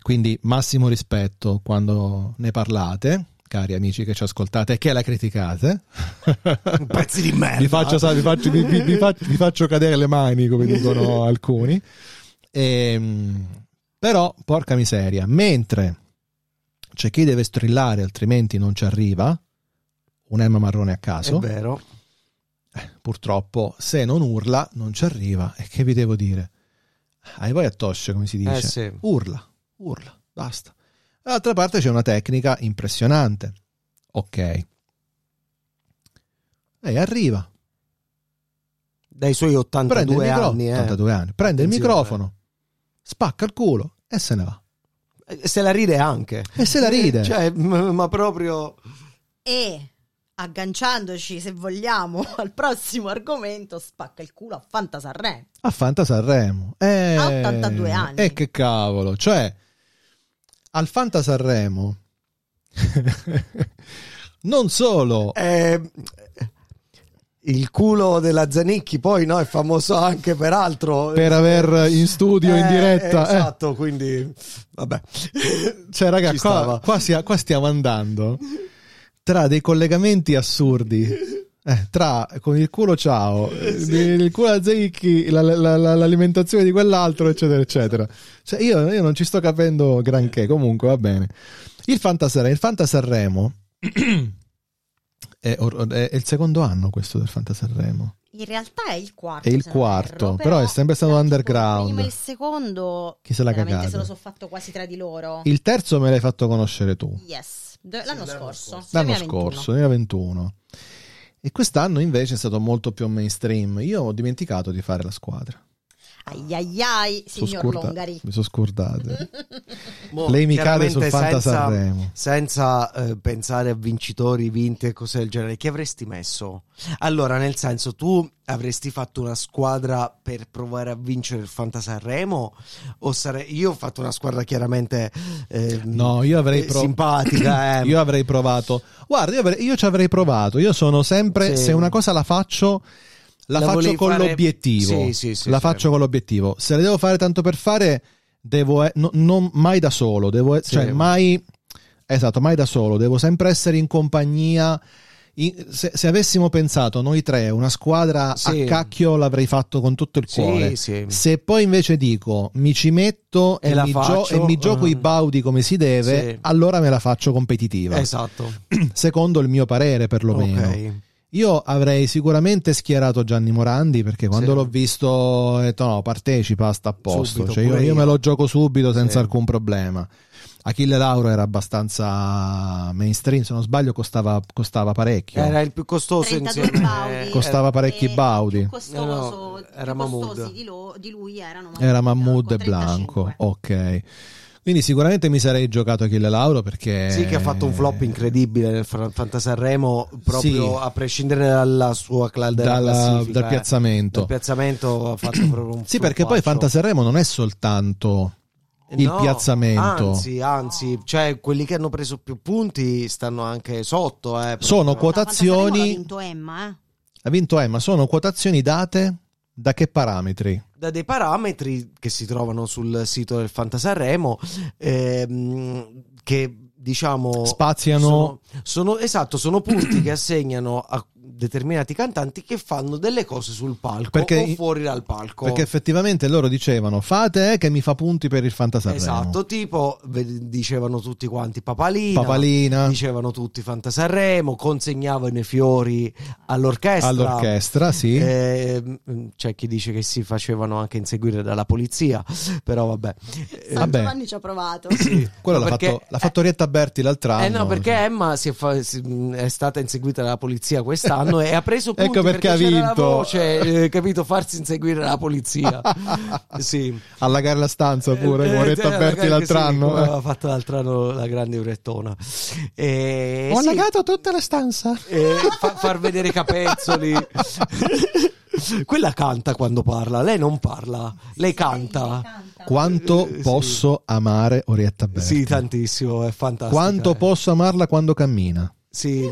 Speaker 1: Quindi massimo rispetto quando ne parlate, cari amici che ci ascoltate e che la criticate.
Speaker 3: pezzi di merda.
Speaker 1: Vi faccio,
Speaker 3: esatto.
Speaker 1: sa- vi faccio- vi- vi- vi faccio- vi faccio cadere le mani, come dicono alcuni. Ehm, però, porca miseria, mentre c'è chi deve strillare, altrimenti non ci arriva, un Emma Marrone a
Speaker 3: È
Speaker 1: caso eh,
Speaker 3: vero.
Speaker 1: purtroppo se non urla non ci arriva e che vi devo dire hai voi a tosce come si dice
Speaker 3: Eh sì.
Speaker 1: urla urla basta dall'altra parte c'è una tecnica impressionante ok lei arriva
Speaker 3: dai suoi
Speaker 1: prende il
Speaker 3: 82
Speaker 1: micro-
Speaker 3: anni. eh.
Speaker 1: 82 anni, prende il
Speaker 3: Attenzione.
Speaker 1: microfono, spacca il culo e se ne va.
Speaker 3: Eh, Se la ride anche.
Speaker 1: E se la ride.
Speaker 3: Cioè, m- ma proprio...
Speaker 2: E agganciandoci, se vogliamo, al prossimo argomento, spacca il culo a Fanta Sanremo.
Speaker 1: a Fanta Sanremo. Eh,
Speaker 2: Ha 82 anni.
Speaker 1: E che cavolo, cioè al Fanta Sanremo non solo
Speaker 3: Eh, il culo della Zanicchi poi no, è famoso anche per altro.
Speaker 1: per aver in studio in
Speaker 3: Eh,
Speaker 1: diretta, eh,
Speaker 3: Esatto, quindi... Vabbè.
Speaker 1: cioè raga,
Speaker 3: Ci
Speaker 1: qua,
Speaker 3: stava.
Speaker 1: qua sia- qua stiamo andando tra dei collegamenti assurdi. eh, tra con il culo ciao, il culo a Zeicchi, la- la- la- l'alimentazione di quell'altro, eccetera, eccetera. Cioè, io, io non ci sto capendo granché, comunque va bene. Il Fantasarremo, il Fantasarremo è, or- è il secondo anno questo del Fantasarremo.
Speaker 2: In realtà è il quarto.
Speaker 1: È il
Speaker 2: se non
Speaker 1: quarto,
Speaker 2: erro,
Speaker 1: però è sempre stato
Speaker 2: era tipo
Speaker 1: underground.
Speaker 2: Il primo e il secondo,
Speaker 1: Chi se l'ha
Speaker 2: veramente
Speaker 1: cagato?
Speaker 2: se lo sono fatto quasi tra di loro.
Speaker 1: Il terzo me l'hai fatto conoscere tu,
Speaker 2: Yes, De- l'anno,
Speaker 3: l'anno
Speaker 2: scorso.
Speaker 3: scorso.
Speaker 1: l'anno
Speaker 2: 2021.
Speaker 1: scorso, 2021. E quest'anno invece è stato molto più mainstream. Io ho dimenticato di fare la squadra.
Speaker 2: Ai ai ai,
Speaker 1: Sono
Speaker 2: signor
Speaker 1: scorda-
Speaker 2: Longari. Mm-hmm.
Speaker 1: Mi sono scordato.
Speaker 3: Mo,
Speaker 1: Lei mi cade sul Fanta
Speaker 3: chiaramente senza-
Speaker 1: Sanremo.
Speaker 3: senza eh, pensare a vincitori, vinti e cose del genere, chi avresti messo? Allora, nel senso, tu avresti fatto una squadra per provare a vincere il Fanta Sanremo? O sare- io ho fatto una squadra chiaramente eh,
Speaker 1: No, io avrei
Speaker 3: eh,
Speaker 1: pro-
Speaker 3: simpatica, eh.
Speaker 1: Io avrei provato. Guarda, io, avrei- io ci avrei provato. Io sono sempre.
Speaker 3: Sì.
Speaker 1: Se una cosa la faccio, la,
Speaker 3: La
Speaker 1: faccio
Speaker 3: volevi
Speaker 1: con
Speaker 3: fare-
Speaker 1: l'obiettivo.
Speaker 3: Sì, sì, sì,
Speaker 1: la
Speaker 3: sì.
Speaker 1: faccio con l'obiettivo. Se la devo fare tanto per fare, devo. e- no- non mai da solo. Devo, e-
Speaker 3: Sì.
Speaker 1: Cioè, mai. Esatto, mai da solo. Devo sempre essere in compagnia. In- se, se avessimo pensato noi tre, una squadra
Speaker 3: Sì.
Speaker 1: a cacchio, l'avrei fatto con tutto il cuore.
Speaker 3: Sì, sì.
Speaker 1: Se poi invece dico mi ci metto e,
Speaker 3: E la
Speaker 1: mi, gio-
Speaker 3: faccio,
Speaker 1: e mi gioco
Speaker 3: eh.
Speaker 1: i baudi come si deve,
Speaker 3: Sì.
Speaker 1: allora me la faccio competitiva.
Speaker 3: Esatto.
Speaker 1: Secondo il mio parere, perlomeno.
Speaker 3: Ok.
Speaker 1: Io avrei sicuramente schierato Gianni Morandi perché quando
Speaker 3: Sì.
Speaker 1: l'ho visto ho detto no, partecipa, sta a posto.
Speaker 3: Subito,
Speaker 1: Cioè, io,
Speaker 3: pure
Speaker 1: io
Speaker 3: io.
Speaker 1: me lo gioco subito senza
Speaker 3: Sì.
Speaker 1: alcun problema. Achille Lauro era abbastanza mainstream, se non sbaglio costava, costava parecchio.
Speaker 3: Era il più costoso
Speaker 2: 32
Speaker 3: Oh, insieme. Eh,
Speaker 2: baudi.
Speaker 1: Costava parecchi
Speaker 2: E
Speaker 1: baudi.
Speaker 2: il più costoso-
Speaker 3: No, no,
Speaker 2: i più
Speaker 3: era Mahmood.
Speaker 2: costosi Di, lo- di lui erano Mahmood,
Speaker 1: Era Mahmood
Speaker 2: con
Speaker 1: e Blanco, Oh,
Speaker 2: 35.
Speaker 1: ok. Quindi sicuramente mi sarei giocato Achille Lauro perché...
Speaker 3: Sì, che ha fatto
Speaker 1: Eh.
Speaker 3: un flop incredibile nel Fra- Fantasanremo, proprio
Speaker 1: Sì.
Speaker 3: a prescindere dalla sua cla- dalla
Speaker 1: Dalla-
Speaker 3: classifica,
Speaker 1: dal
Speaker 3: eh.
Speaker 1: piazzamento.
Speaker 3: Dal piazzamento ha fatto proprio un
Speaker 1: Sì, perché poi
Speaker 3: floppaccio.
Speaker 1: Fantaserremo non è soltanto il
Speaker 3: No,
Speaker 1: piazzamento.
Speaker 3: Anzi, anzi, cioè quelli che hanno preso più punti stanno anche sotto. Eh, perché-
Speaker 1: Sono
Speaker 2: Quanto
Speaker 1: quotazioni-
Speaker 2: Sanremo l'ha vinto Emma, eh?
Speaker 1: Ha vinto Emma, sono quotazioni date da che parametri?
Speaker 3: da dei parametri che si trovano sul sito del Fantasanremo ehm, che diciamo
Speaker 1: Spaziano-
Speaker 3: sono, sono- esatto sono punti che assegnano a determinati cantanti che fanno delle cose sul palco o fuori dal palco
Speaker 1: Perché effettivamente loro dicevano fate eh, che mi fa punti per il Fantasanremo.
Speaker 3: esatto tipo ve- dicevano tutti quanti Papalina
Speaker 1: Papalina
Speaker 3: dicevano tutti Fantasanremo consegnavano i fiori all'orchestra
Speaker 1: all'orchestra, sì.
Speaker 3: Ehm, c'è chi dice che si facevano anche inseguire dalla polizia, però vabbè. Eh,
Speaker 2: San
Speaker 1: Vabbè.
Speaker 2: Giovanni ci ha provato.
Speaker 1: Quello l'ha,
Speaker 3: perché-
Speaker 1: fatto, l'ha fatto Orietta Berti l'altro anno.
Speaker 3: Eh no, perché Emma si è, fa- si- mh, è stata inseguita dalla polizia quest'anno e ha preso punti
Speaker 1: Ecco perché ha
Speaker 3: c'era la
Speaker 1: vinto.
Speaker 3: voce, eh, capito, farsi inseguire dalla polizia. sì.
Speaker 1: Allagare la stanza pure,
Speaker 3: Eh,
Speaker 1: con Orietta
Speaker 3: eh,
Speaker 1: Berti
Speaker 3: ragazzi,
Speaker 1: l'altro
Speaker 3: sì, come
Speaker 1: anno. eh.
Speaker 3: aveva fatto l'altro anno la grande urettona. Eh,
Speaker 1: Ho
Speaker 3: sì.
Speaker 1: allagato tutta la stanza.
Speaker 3: Eh, fa- far vedere i capezzoli. Quella canta quando parla, lei non parla, lei canta.
Speaker 1: Quanto
Speaker 3: Eh, sì.
Speaker 1: posso amare Orietta Berti?
Speaker 3: Sì, tantissimo, è fantastico.
Speaker 1: Quanto posso amarla quando cammina?
Speaker 3: Sì,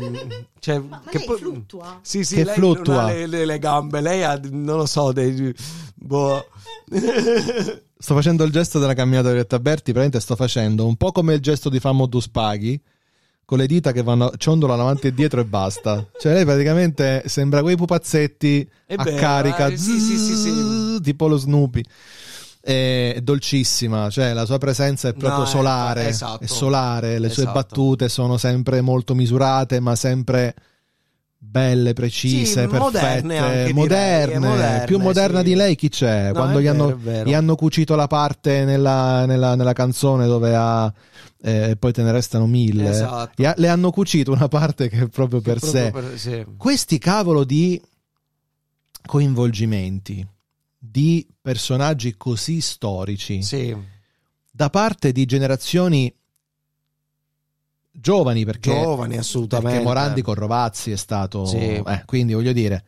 Speaker 3: cioè,
Speaker 2: Ma, ma
Speaker 3: che
Speaker 2: lei
Speaker 3: poi-
Speaker 2: fluttua?
Speaker 3: Sì, sì,
Speaker 1: Che
Speaker 3: lei
Speaker 1: fluttua.
Speaker 3: non ha le, le- le gambe, lei ha, non lo so, dei... Boh.
Speaker 1: Sto facendo il gesto della camminata di Orietta Berti, praticamente sto facendo un po' come il gesto di Famodus Paghi, con le dita che vanno ciondolano avanti e dietro e basta. Cioè lei praticamente sembra quei pupazzetti
Speaker 3: È
Speaker 1: a
Speaker 3: vero,
Speaker 1: carica,
Speaker 3: eh, sì, sì, sì, sì.
Speaker 1: zzz, tipo lo Snoopy. È dolcissima, cioè la sua presenza è proprio
Speaker 3: No, è-
Speaker 1: solare,
Speaker 3: esatto.
Speaker 1: è solare, le sue
Speaker 3: Esatto.
Speaker 1: battute sono sempre molto misurate, ma sempre belle, precise,
Speaker 3: Sì,
Speaker 1: perfette,
Speaker 3: moderne anche, direi,
Speaker 1: moderne.
Speaker 3: moderne,
Speaker 1: più moderna
Speaker 3: sì.
Speaker 1: di lei chi c'è?
Speaker 3: No,
Speaker 1: Eh, Quando
Speaker 3: è
Speaker 1: gli
Speaker 3: vero,
Speaker 1: hanno
Speaker 3: è vero.
Speaker 1: gli hanno cucito la parte nella, nella- nella canzone dove ha eh, poi te ne restano mille.
Speaker 3: Esatto.
Speaker 1: Gli ha- le hanno cucito una parte che è proprio per
Speaker 3: Proprio
Speaker 1: sé.
Speaker 3: per- sì.
Speaker 1: Questi cavolo di coinvolgimenti di personaggi così storici
Speaker 3: Sì.
Speaker 1: da parte di generazioni giovani perché
Speaker 3: Giovani, assolutamente.
Speaker 1: perché Morandi con Rovazzi è stato
Speaker 3: Sì.
Speaker 1: eh, quindi voglio dire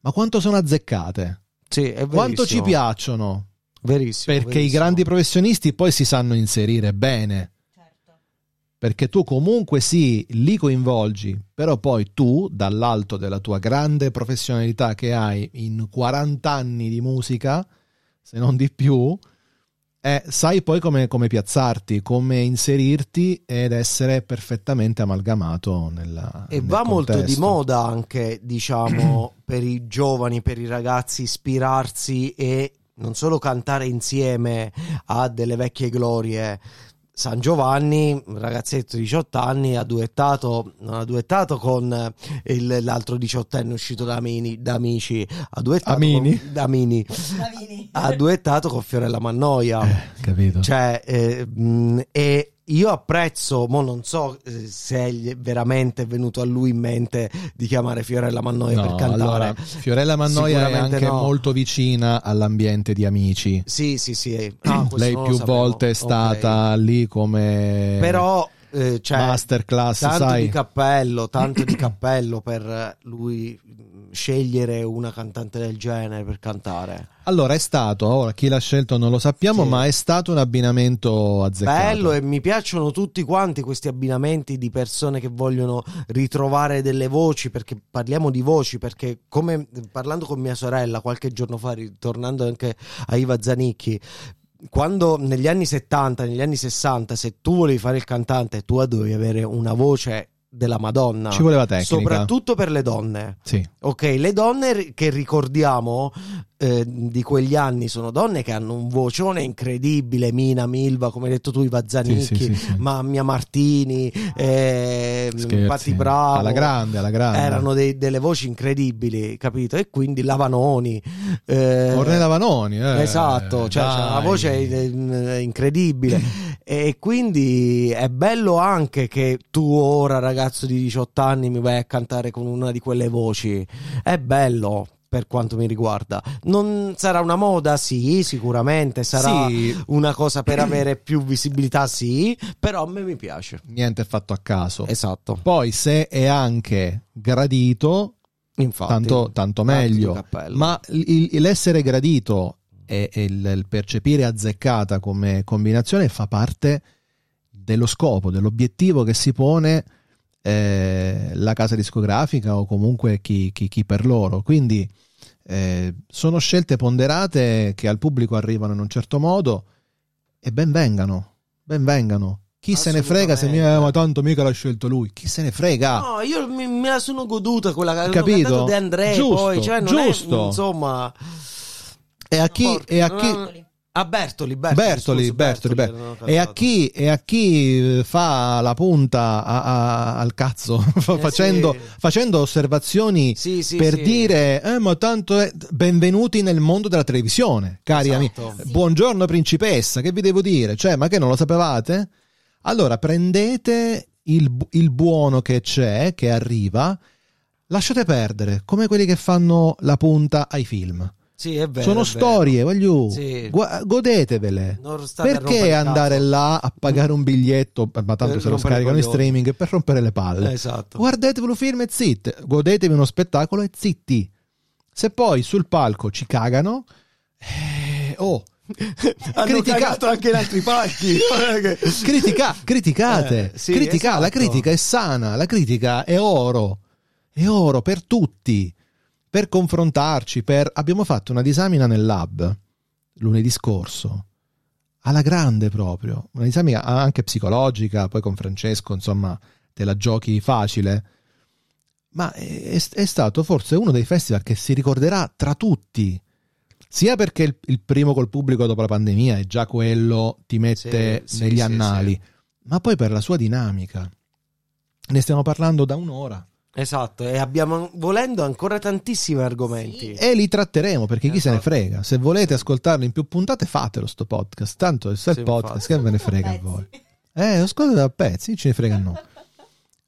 Speaker 1: ma quanto sono azzeccate
Speaker 3: Sì, è verissimo.
Speaker 1: quanto ci piacciono
Speaker 3: Verissimo.
Speaker 1: perché i
Speaker 3: verissimo.
Speaker 1: grandi professionisti poi si sanno inserire bene
Speaker 3: certo.
Speaker 1: perché tu comunque sì li coinvolgi però poi tu dall'alto della tua grande professionalità che hai in 40 anni di musica se non di più eh, sai poi come, come piazzarti come inserirti ed essere perfettamente amalgamato nella,
Speaker 3: E
Speaker 1: Ah, nel
Speaker 3: va molto di
Speaker 1: contesto.
Speaker 3: moda anche, diciamo, per i giovani, per i ragazzi, ispirarsi e non solo cantare insieme a delle vecchie glorie. San Giovanni, un ragazzetto di 18 anni, ha duettato, non ha duettato con il- l'altro diciottenne uscito da, Mini, da Amici, ha duettato
Speaker 1: Amini?
Speaker 3: con- da Mini. ha duettato con Fiorella Mannoia.
Speaker 1: Eh, capito
Speaker 3: Cioè, eh, mh, e io apprezzo, mo non so eh, se gli è veramente venuto a lui in mente di chiamare Fiorella Mannoia
Speaker 1: No,
Speaker 3: per cantare.
Speaker 1: allora, Fiorella Mannoia è
Speaker 3: Sicuramente
Speaker 1: anche
Speaker 3: no.
Speaker 1: molto vicina all'ambiente di amici
Speaker 3: Sì, sì, sì. Ah, questo
Speaker 1: Lei
Speaker 3: non lo
Speaker 1: più
Speaker 3: sapevo.
Speaker 1: volte è stata lì come
Speaker 3: Ok. Però, eh, cioè,
Speaker 1: masterclass,
Speaker 3: tanto
Speaker 1: sai?
Speaker 3: di cappello, tanto di cappello per eh, lui mh, scegliere una cantante del genere per cantare.
Speaker 1: Allora è stato, ora chi l'ha scelto non lo sappiamo,
Speaker 3: Sì.
Speaker 1: ma è stato un abbinamento azzeccato.
Speaker 3: Bello e mi piacciono tutti quanti questi abbinamenti di persone che vogliono ritrovare delle voci, perché parliamo di voci, perché come parlando con mia sorella qualche giorno fa, ritornando anche a Iva Zanicchi, quando negli anni 70, negli anni 60, se tu volevi fare il cantante, tu dovevi avere una voce della Madonna.
Speaker 1: Ci voleva tecnica.
Speaker 3: Soprattutto per le donne.
Speaker 1: Sì.
Speaker 3: Ok, le donne ri- che ricordiamo eh, di quegli anni sono donne che hanno un vocione incredibile, Mina, Milva, come hai detto tu, Iva
Speaker 1: Sì,
Speaker 3: Zanicchi,
Speaker 1: sì, sì, sì.
Speaker 3: Mammia Martini, eh,
Speaker 1: Scherzi.
Speaker 3: Patti Bravo.
Speaker 1: Alla grande, alla grande.
Speaker 3: Erano dei- delle voci incredibili, capito? E quindi Lavanoni. eh,
Speaker 1: Ornella Vanoni, eh,
Speaker 3: Esatto, cioè,
Speaker 1: dai.
Speaker 3: cioè, la voce è, è incredibile e quindi è bello anche che tu ora ragazzo di 18 anni mi vai a cantare con una di quelle voci, è bello per quanto mi riguarda. Non sarà una moda? Sì, sicuramente sarà
Speaker 1: Sì,
Speaker 3: una cosa per avere più visibilità, sì, però a me mi piace.
Speaker 1: niente è fatto a caso.
Speaker 3: Esatto,
Speaker 1: Poi se è anche gradito,
Speaker 3: infatti.
Speaker 1: tanto, tanto meglio.
Speaker 3: Tanto di cappello.
Speaker 1: Ma il- il- l'essere gradito e, e il, il percepire azzeccata come combinazione fa parte dello scopo, dell'obiettivo che si pone eh, la casa discografica o comunque chi, chi- chi per loro. Quindi eh, sono scelte ponderate che al pubblico arrivano in un certo modo e ben vengano, ben vengano. Chi se ne frega se mi
Speaker 3: Assolutamente.
Speaker 1: ma tanto mica l'ha scelto lui? Chi se ne frega?
Speaker 3: No, io mi- me la sono goduta quella che
Speaker 1: Capito?
Speaker 3: ho De André
Speaker 1: Giusto,
Speaker 3: poi, cioè non è-
Speaker 1: giusto.
Speaker 3: insomma
Speaker 1: E a chi,
Speaker 3: Porca,
Speaker 1: e a
Speaker 3: non
Speaker 1: chi,
Speaker 3: ha- A Ah, Bertoli, Bertoli,
Speaker 1: Bertoli,
Speaker 3: scusa,
Speaker 1: Bertoli,
Speaker 3: non ho
Speaker 1: E a
Speaker 3: cantato.
Speaker 1: chi, e a chi, eh, fa la punta a- a- al cazzo, fa-
Speaker 3: Eh,
Speaker 1: facendo,
Speaker 3: sì.
Speaker 1: facendo osservazioni
Speaker 3: Sì, sì,
Speaker 1: per
Speaker 3: sì.
Speaker 1: dire, "Eh, ma tanto è... benvenuti nel mondo della televisione, cari
Speaker 3: Esatto.
Speaker 1: amici.
Speaker 2: Sì.
Speaker 1: Buongiorno principessa, che vi devo dire? Cioè, ma che non lo sapevate? Allora, prendete il, bu- il buono che c'è, che arriva, lasciate perdere, come quelli che fanno la punta ai film.
Speaker 3: Sì, è vero,
Speaker 1: Sono
Speaker 3: è vero.
Speaker 1: storie, voglio,
Speaker 3: Sì.
Speaker 1: gua- godetevele.
Speaker 3: Non state a rompere
Speaker 1: Perché
Speaker 3: il
Speaker 1: andare
Speaker 3: cazzo.
Speaker 1: là a pagare un biglietto, ma tanto
Speaker 3: Per
Speaker 1: se lo
Speaker 3: rompere i
Speaker 1: scaricano in
Speaker 3: coglioni.
Speaker 1: streaming, per rompere le palle?
Speaker 3: Esatto.
Speaker 1: Guardatevelo film e zitti, godetevi uno spettacolo e zitti. Se poi sul palco ci cagano, eh, oh,
Speaker 3: Hanno
Speaker 1: critica-
Speaker 3: cagato anche in altri palchi.
Speaker 1: critica- criticate,
Speaker 3: Eh, sì,
Speaker 1: critica, la
Speaker 3: esatto.
Speaker 1: critica è sana, la critica è oro, è oro per tutti, per confrontarci, per... Abbiamo fatto una disamina nel lab lunedì scorso, alla grande proprio, una disamina anche psicologica, poi con Francesco, insomma, te la giochi facile, ma è, è- è stato forse uno dei festival che si ricorderà tra tutti. Sia perché il, il primo col pubblico dopo la pandemia e già quello ti mette
Speaker 3: Sì, sì,
Speaker 1: negli
Speaker 3: sì,
Speaker 1: annali, ma poi per la sua dinamica. Ne stiamo parlando da un'ora
Speaker 3: esatto, e abbiamo volendo ancora tantissimi argomenti.
Speaker 1: e li tratteremo perché chi se ne
Speaker 3: Esatto.
Speaker 1: frega. Se volete ascoltarlo in più puntate, fatelo sto podcast. Tanto il self
Speaker 3: Sì,
Speaker 1: podcast
Speaker 3: infatti.
Speaker 1: che ve ne frega a voi. Eh, ascoltate da pezzi, ce ne frega no.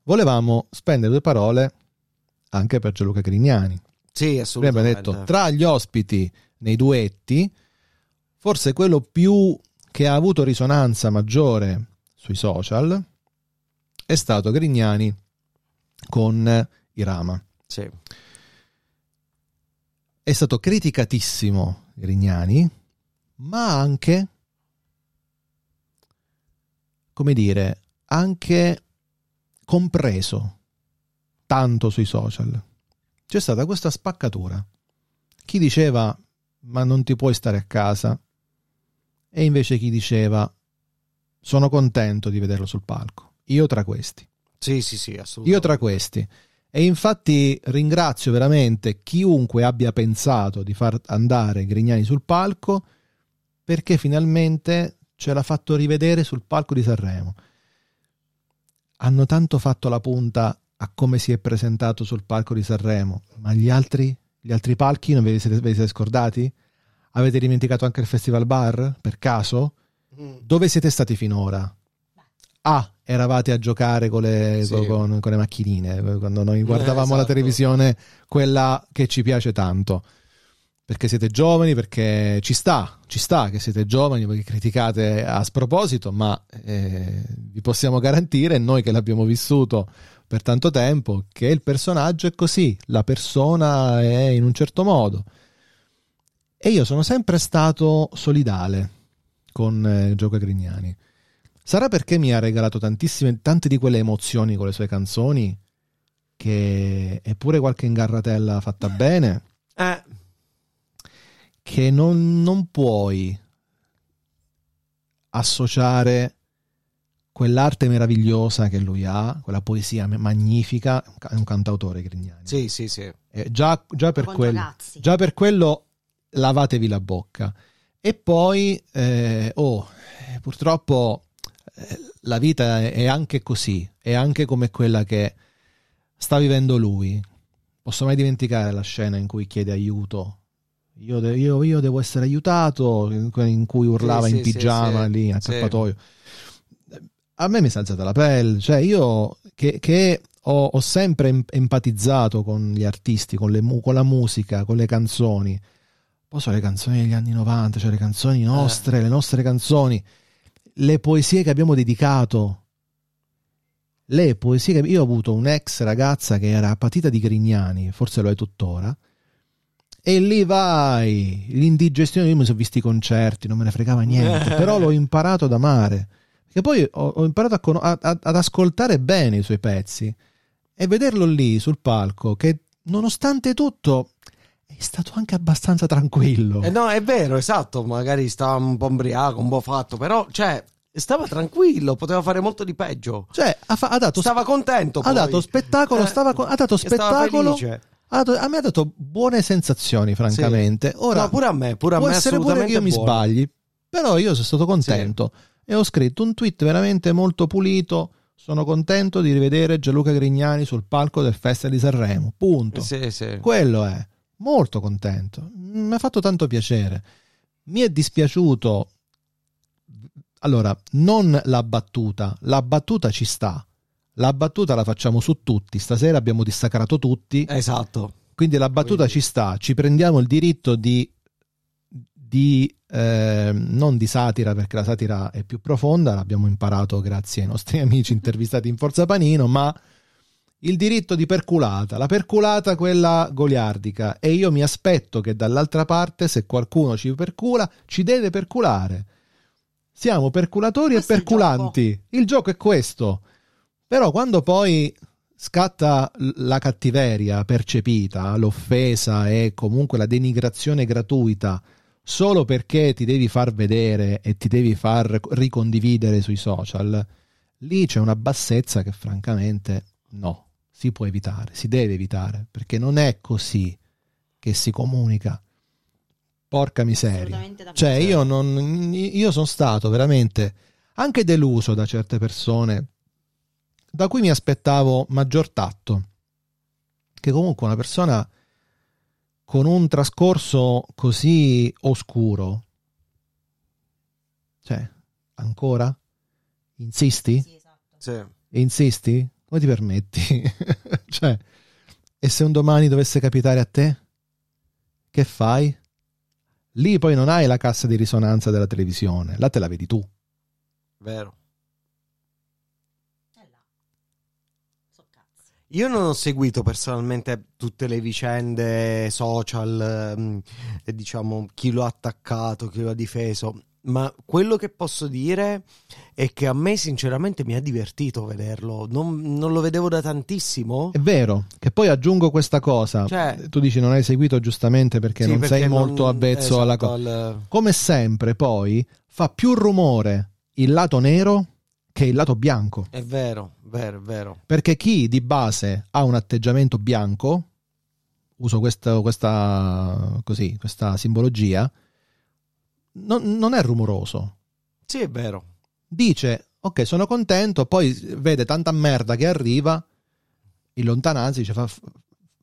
Speaker 1: Volevamo spendere due parole anche per Gianluca Grignani.
Speaker 3: Sì,
Speaker 1: Prima abbiamo
Speaker 3: assolutamente.
Speaker 1: detto tra gli ospiti nei duetti, forse quello più che ha avuto risonanza maggiore sui social è stato Grignani con Irama.
Speaker 3: Sì.
Speaker 1: È stato criticatissimo Grignani, ma anche, come dire, anche compreso tanto sui social. C'è stata questa spaccatura. Chi diceva ma non ti puoi stare a casa e invece chi diceva sono contento di vederlo sul palco. Io tra questi.
Speaker 3: sì, sì, sì, assolutamente.
Speaker 1: Io tra questi. E infatti ringrazio veramente chiunque abbia pensato di far andare Grignani sul palco perché finalmente ce l'ha fatto rivedere sul palco di Sanremo. Hanno tanto fatto la punta a come si è presentato sul palco di Sanremo, ma gli altri, gli altri palchi non ve li siete, ve li siete scordati? Avete dimenticato anche il Festival Bar, per caso?
Speaker 3: Mm.
Speaker 1: Dove siete stati finora? Ah, eravate a giocare con le,
Speaker 3: Sì.
Speaker 1: con- con le macchinine, eh, quando noi guardavamo la
Speaker 3: esatto.
Speaker 1: televisione, quella che ci piace tanto. Perché siete giovani, perché ci sta, ci sta che siete giovani, perché criticate a sproposito, ma eh, vi possiamo garantire, noi che l'abbiamo vissuto per tanto tempo, che il personaggio è così, la persona è in un certo modo. E io sono sempre stato solidale con eh, Gioca Grignani. Sarà perché mi ha regalato tantissime, tante di quelle emozioni con le sue canzoni, che è pure qualche ingarratella fatta bene,
Speaker 3: Eh,
Speaker 1: che non, non puoi associare quell'arte meravigliosa che lui ha, quella poesia me- magnifica, è un ca- è un cantautore Grignani.
Speaker 3: sì, sì, sì.
Speaker 1: Eh, già, già per
Speaker 2: con
Speaker 1: quello.
Speaker 2: ragazzi.
Speaker 1: Già per quello lavatevi la bocca. E poi, eh, oh, eh, purtroppo eh, la vita è, è anche così, è anche come quella che sta vivendo lui. Posso mai dimenticare la scena in cui chiede aiuto? Io, de- io- io devo essere aiutato, in in cui urlava
Speaker 3: Sì,
Speaker 1: in
Speaker 3: sì, sì,
Speaker 1: pigiama
Speaker 3: sì,
Speaker 1: lì, a
Speaker 3: sì.
Speaker 1: cappatoio. A me mi è salzata la pelle, cioè io che, che ho, ho sempre em- empatizzato con gli artisti, con, le mu- con la musica, con le canzoni. Poi sono le canzoni degli anni 90, cioè le canzoni nostre, le nostre canzoni, le poesie che abbiamo dedicato. Le poesie che io ho avuto un'ex ragazza che era patita di Grignani, forse lo è tuttora. E lì vai, l'indigestione, io mi sono visti i concerti, non me ne fregava niente, però l'ho imparato ad amare. Perché poi ho, ho imparato a con- a- a- ad ascoltare bene i suoi pezzi e vederlo lì sul palco che nonostante tutto è stato anche abbastanza tranquillo.
Speaker 3: Eh no, è vero, esatto, magari stava un po' imbriaco, un po' fatto, però, cioè, stava tranquillo, poteva fare molto di peggio.
Speaker 1: Cioè ha, fa- ha dato,
Speaker 3: Stava contento.
Speaker 1: ha
Speaker 3: poi.
Speaker 1: dato spettacolo,
Speaker 3: Eh,
Speaker 1: stava co- ha dato
Speaker 3: stava
Speaker 1: spettacolo,
Speaker 3: felice.
Speaker 1: ha dato- a me ha dato buone sensazioni francamente. Ora,
Speaker 3: No, pure a me, pure a
Speaker 1: può
Speaker 3: me
Speaker 1: essere pure che io mi
Speaker 3: assolutamente buono.
Speaker 1: sbagli, però io sono stato contento e ho scritto un tweet veramente molto pulito. Sono contento di rivedere Gianluca Grignani sul palco del Festival di Sanremo. Punto.
Speaker 3: Sì, sì.
Speaker 1: Quello è. Molto contento. Mi ha fatto tanto piacere. Mi è dispiaciuto. Allora, non la battuta. La battuta ci sta. La battuta la facciamo su tutti. Stasera abbiamo dissacrato tutti.
Speaker 3: Esatto.
Speaker 1: Quindi la battuta
Speaker 3: Quindi-
Speaker 1: ci sta, ci prendiamo il diritto di, di, ehm, non di satira, perché la satira è più profonda, l'abbiamo imparato grazie ai nostri amici intervistati in Forza Panino, ma il diritto di perculata, la perculata quella goliardica e io mi aspetto che dall'altra parte se qualcuno ci percula, ci deve perculare. Siamo perculatori
Speaker 2: Questo
Speaker 1: e
Speaker 2: è il
Speaker 1: perculanti. il gioco è questo. Però quando poi scatta l- la cattiveria percepita, l'offesa e comunque la denigrazione gratuita solo perché ti devi far vedere e ti devi far ricondividere sui social, lì c'è una bassezza che francamente no, si può evitare, si deve evitare, perché non è così che si comunica. Porca miseria.
Speaker 2: Assolutamente d'accordo.
Speaker 1: Cioè, io, non, io sono stato veramente anche deluso da certe persone da cui mi aspettavo maggior tatto. Che comunque una persona con un trascorso così oscuro, cioè, ancora? Insisti?
Speaker 2: Sì, esatto.
Speaker 3: Sì.
Speaker 1: E insisti? Come ti permetti? cioè, E se un domani dovesse capitare a te? Che fai? Lì poi non hai la cassa di risonanza della televisione, là te la vedi tu.
Speaker 3: Vero.
Speaker 2: Eh là. So cazzi.
Speaker 3: Io non ho seguito personalmente tutte le vicende social, ehm, e diciamo chi lo ha attaccato, chi lo ha difeso, ma quello che posso dire è che a me sinceramente mi ha divertito vederlo, non, non lo vedevo da tantissimo.
Speaker 1: È vero, che poi aggiungo questa cosa.
Speaker 3: Cioè-
Speaker 1: tu dici non hai seguito giustamente perché
Speaker 3: Sì,
Speaker 1: non
Speaker 3: perché
Speaker 1: sei molto
Speaker 3: non-
Speaker 1: avvezzo alla
Speaker 3: esatto,
Speaker 1: cosa.
Speaker 3: al-
Speaker 1: Come sempre poi fa più rumore il lato nero che il lato bianco.
Speaker 3: È vero, vero, è vero.
Speaker 1: Perché chi di base ha un atteggiamento bianco, uso questa, questa- così, questa simbologia, non, non è rumoroso.
Speaker 3: Sì, è vero.
Speaker 1: Dice, ok, sono contento, poi vede tanta merda che arriva, in lontananza dice, fa- fammi,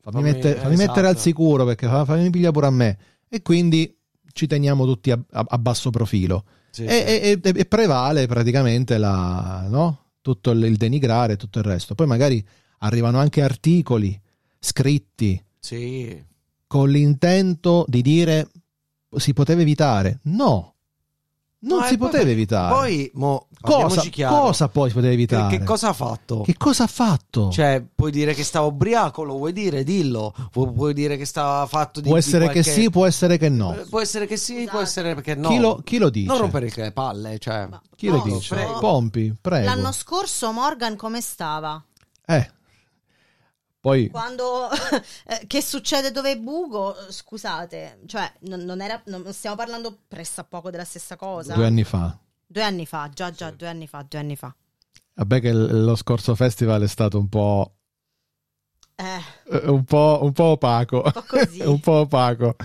Speaker 3: Fammi-
Speaker 1: mette- fammi
Speaker 3: esatto.
Speaker 1: mettere al sicuro perché fa- fammi piglia pure a me. E quindi ci teniamo tutti a- a- a basso profilo
Speaker 3: Sì, sì.
Speaker 1: e, e- e- e prevale praticamente la- no? tutto il, il denigrare e tutto il resto. Poi magari arrivano anche articoli scritti
Speaker 3: Sì.
Speaker 1: con l'intento di dire si poteva evitare. No, non
Speaker 3: No, e
Speaker 1: si
Speaker 3: poi-
Speaker 1: poteva evitare.
Speaker 3: Poi, mo,
Speaker 1: Ah. cosa,
Speaker 3: parliamoci chiaro.
Speaker 1: cosa poi si poteva evitare?
Speaker 3: Che, che cosa ha fatto?
Speaker 1: Che cosa ha fatto?
Speaker 3: Cioè, puoi dire che stava ubriaco, lo vuoi dire, dillo. Pu- puoi dire che stava fatto di
Speaker 1: può essere
Speaker 3: di
Speaker 1: che
Speaker 3: qualche-
Speaker 1: sì, può essere che no.
Speaker 3: Eh, Può essere che sì,
Speaker 2: Esatto.
Speaker 3: può essere che no.
Speaker 1: Chi, lo, chi lo dice?
Speaker 3: Non rompere le palle, cioè.
Speaker 2: Ma
Speaker 1: Chi lo
Speaker 2: posso?
Speaker 1: dice?
Speaker 3: prego.
Speaker 1: Pompi, prego.
Speaker 2: L'anno scorso Morgan come stava?
Speaker 1: Eh. Poi
Speaker 2: Quando eh, che succede dove è buco? Scusate, cioè non, non era, non stiamo parlando pressappoco della stessa cosa.
Speaker 1: due anni fa.
Speaker 2: Due anni fa, già già, due anni fa, due anni fa.
Speaker 1: Vabbè che l- lo scorso festival è stato un po',
Speaker 2: Eh,
Speaker 1: eh, un po', un po' opaco,
Speaker 2: po' così.
Speaker 1: un po' opaco.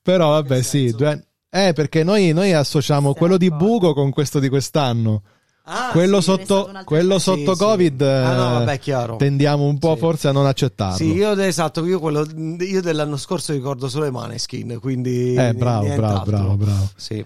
Speaker 1: Però vabbè
Speaker 3: Nel
Speaker 1: sì,
Speaker 3: senso?
Speaker 1: due anni- eh, perché noi, noi associamo
Speaker 2: Sì,
Speaker 1: quello di
Speaker 2: d'accordo.
Speaker 1: Bugo con questo di quest'anno.
Speaker 3: Ah,
Speaker 1: quello
Speaker 2: sì, è stato
Speaker 1: sotto,
Speaker 2: un altro-
Speaker 1: quello
Speaker 3: sì,
Speaker 1: sotto
Speaker 3: sì.
Speaker 1: Covid
Speaker 3: Ah, no,
Speaker 1: eh,
Speaker 3: vabbè, chiaro.
Speaker 1: tendiamo un po'
Speaker 3: Sì.
Speaker 1: forse a non accettarlo. Eh,
Speaker 3: Sì, io esatto, io, quello, io dell'anno scorso ricordo solo i Maneskin, quindi...
Speaker 1: Eh, bravo, bravo,
Speaker 3: nient'altro.
Speaker 1: bravo, bravo.
Speaker 3: Sì.